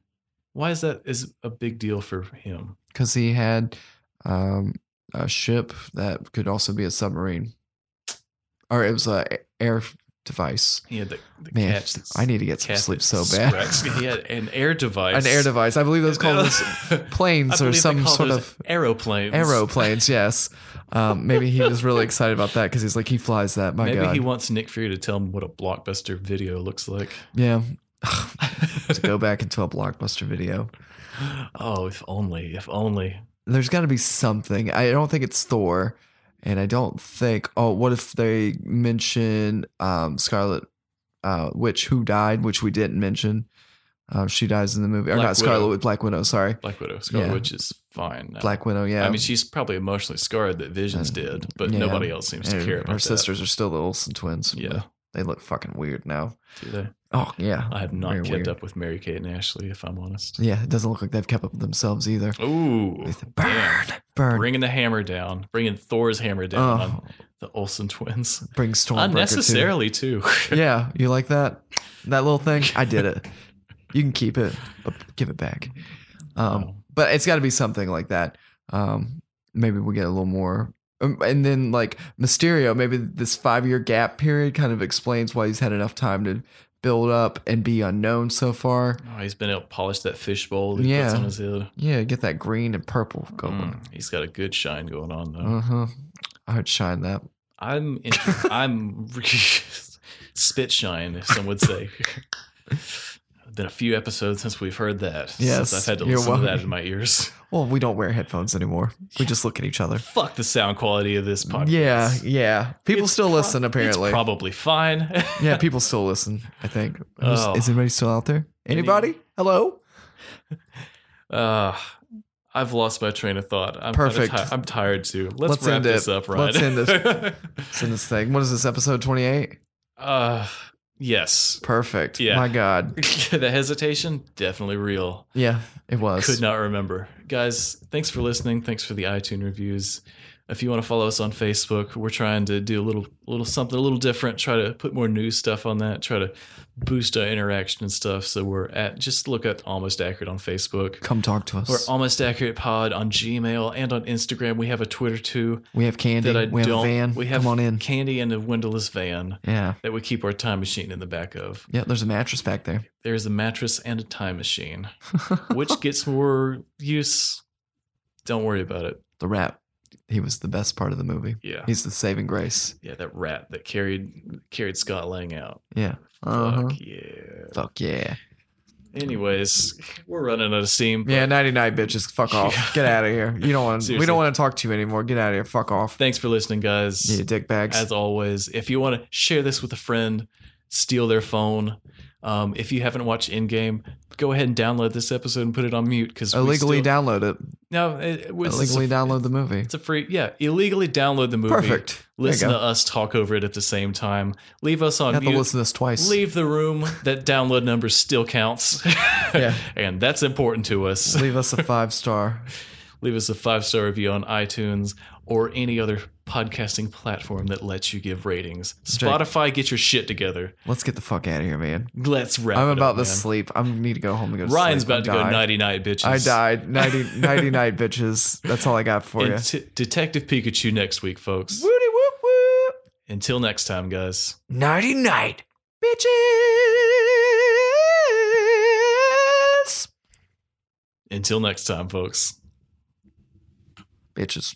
S2: Why is that is a big deal for him?
S3: Because he had um, a ship that could also be a submarine, or it was a air device.
S2: He had the, the
S3: Man,
S2: catch.
S3: I need to get some
S2: cat
S3: sleep so
S2: that
S3: bad.
S2: scratched- he had an air device.
S3: An air device. I believe those called as
S2: I
S3: planes
S2: believe
S3: or
S2: they
S3: some
S2: call
S3: sort
S2: those
S3: of
S2: aeroplanes.
S3: aeroplanes. Yes. Um, maybe he was really excited about that because he's like he flies that. My
S2: Maybe
S3: God.
S2: he wants Nick Fury to tell him what a blockbuster video looks like.
S3: yeah. to go back into a blockbuster video.
S2: oh, if only, if only.
S3: There's got to be something. I don't think it's Thor, and I don't think. Oh, what if they mention um, Scarlet uh, Witch who died, which we didn't mention. Um, she dies in the movie, or
S2: Black
S3: not Scarlet
S2: Widow.
S3: with Black Widow. Sorry,
S2: Black Widow, Scarlet
S3: Yeah.
S2: Witch is fine. now.
S3: Black Widow. Yeah,
S2: I mean, she's probably emotionally scarred that Vision's
S3: Uh,
S2: dead, but
S3: yeah.
S2: nobody else seems to
S3: And
S2: care about
S3: Her
S2: that.
S3: sisters are still the Olsen twins. but
S2: Yeah.
S3: they look fucking weird now.
S2: Do they?
S3: Oh yeah,
S2: I have not
S3: Very
S2: kept
S3: weird.
S2: up with Mary Kate and Ashley, if I'm honest.
S3: Yeah, it doesn't look like they've kept up with themselves either.
S2: Ooh,
S3: They said,
S2: damn.
S3: burn, burn.
S2: bringing the hammer down, bringing Thor's hammer down
S3: oh,
S2: on the Olsen twins
S3: bring Stormbreaker
S2: unnecessarily too.
S3: Too. Yeah, you like that? That little thing? I did it. You can keep it, but give it back. Um,
S2: Wow.
S3: But it's got to be something like that. Um, maybe we get a little more Um, and then like Mysterio, maybe this five year gap period kind of explains why he's had enough time to build up and be unknown so far.
S2: Oh, he's been able to polish that fishbowl that he puts
S3: Yeah.
S2: on his head.
S3: Yeah, get that green and purple going.
S2: Mm, he's got a good shine going on though.
S3: Uh huh. I would shine that.
S2: I'm inter- I'm spit shine, if some would say. Been a few episodes since we've heard that. since
S3: Yes,
S2: I've had to
S3: you're
S2: listen to that
S3: welcome.
S2: in my ears.
S3: Well, we don't wear headphones anymore. We just look at each other.
S2: Fuck the sound quality of this podcast.
S3: Yeah, yeah. People
S2: It's
S3: still
S2: pro-
S3: listen apparently.
S2: It's probably fine.
S3: yeah, people still listen. I think. Who's-
S2: Oh.
S3: Is anybody still out there?
S2: Any-
S3: Anybody? Hello.
S2: uh, I've lost my train of thought. I'm kinda
S3: Perfect.
S2: ti- I'm tired too. Let's,
S3: Let's
S2: wrap
S3: end
S2: this
S3: it.
S2: up, right?
S3: Let's end this. It's in this thing. What is this episode twenty eight?
S2: uh, yes.
S3: Perfect.
S2: Yeah.
S3: My God.
S2: the hesitation definitely real.
S3: Yeah, it was.
S2: Could not remember. Guys, thanks for listening. Thanks for the iTunes reviews. If you want to follow us on Facebook, we're trying to do a little little something a little different, try to put more news stuff on that, try to boost our interaction and stuff. So we're at just look at almost accurate on Facebook.
S3: Come talk to us.
S2: We're almost accurate pod on Gmail and on Instagram. We have a Twitter too
S3: we have candy.
S2: that I
S3: we have
S2: don't
S3: a van.
S2: we have
S3: Come on in.
S2: candy and a windowless van
S3: Yeah.
S2: that we keep our time machine in the back of.
S3: Yeah, there's a mattress back there.
S2: There's a mattress and a time machine. Which gets more use? Don't worry about it.
S3: the rat. He was the best part of the movie.
S2: Yeah.
S3: He's the saving grace.
S2: yeah, that rat that carried carried Scott Lang out.
S3: Yeah. Uh-huh.
S2: Fuck yeah.
S3: Fuck yeah.
S2: Anyways, we're running out of steam. but
S3: Yeah, 99 bitches. Fuck off.
S2: Yeah.
S3: Get out of here. You don't want we
S2: Seriously.
S3: don't want to talk to you anymore. Get out of here. Fuck off.
S2: Thanks for listening, guys.
S3: Yeah, dick bags.
S2: As always, if you want to share this with a friend, steal their phone. Um, if you haven't watched Endgame, go ahead and download this episode and put it on mute because
S3: Illegally
S2: still,
S3: download it.
S2: No, it, it, was-
S3: Illegally
S2: it's a,
S3: download the movie.
S2: It's a free. Yeah, illegally download the movie.
S3: Perfect. There you
S2: Listen to
S3: go.
S2: us talk over it at the same time. Leave us on
S3: You have to
S2: mute.
S3: listen to this twice.
S2: Leave the room. That download number still counts.
S3: Yeah.
S2: And that's important to us.
S3: Leave us a five star.
S2: Leave us a five star review on iTunes or any other podcasting platform that lets you give ratings.
S3: Jake.
S2: Spotify, get your shit together.
S3: Let's get the fuck out of here, man.
S2: Let's wrap
S3: I'm
S2: it
S3: about
S2: up,
S3: to
S2: man.
S3: sleep. I need to go home and go to
S2: Ryan's
S3: sleep.
S2: about to
S3: I'm
S2: go
S3: dying.
S2: nighty night, bitches.
S3: I died. 90, 99 bitches. That's all I got for you.
S2: And t- Detective Pikachu next week, folks.
S3: Woody whoop whoop.
S2: Until next time, guys.
S3: Nighty night, bitches.
S2: Until next time, folks.
S3: Bitches.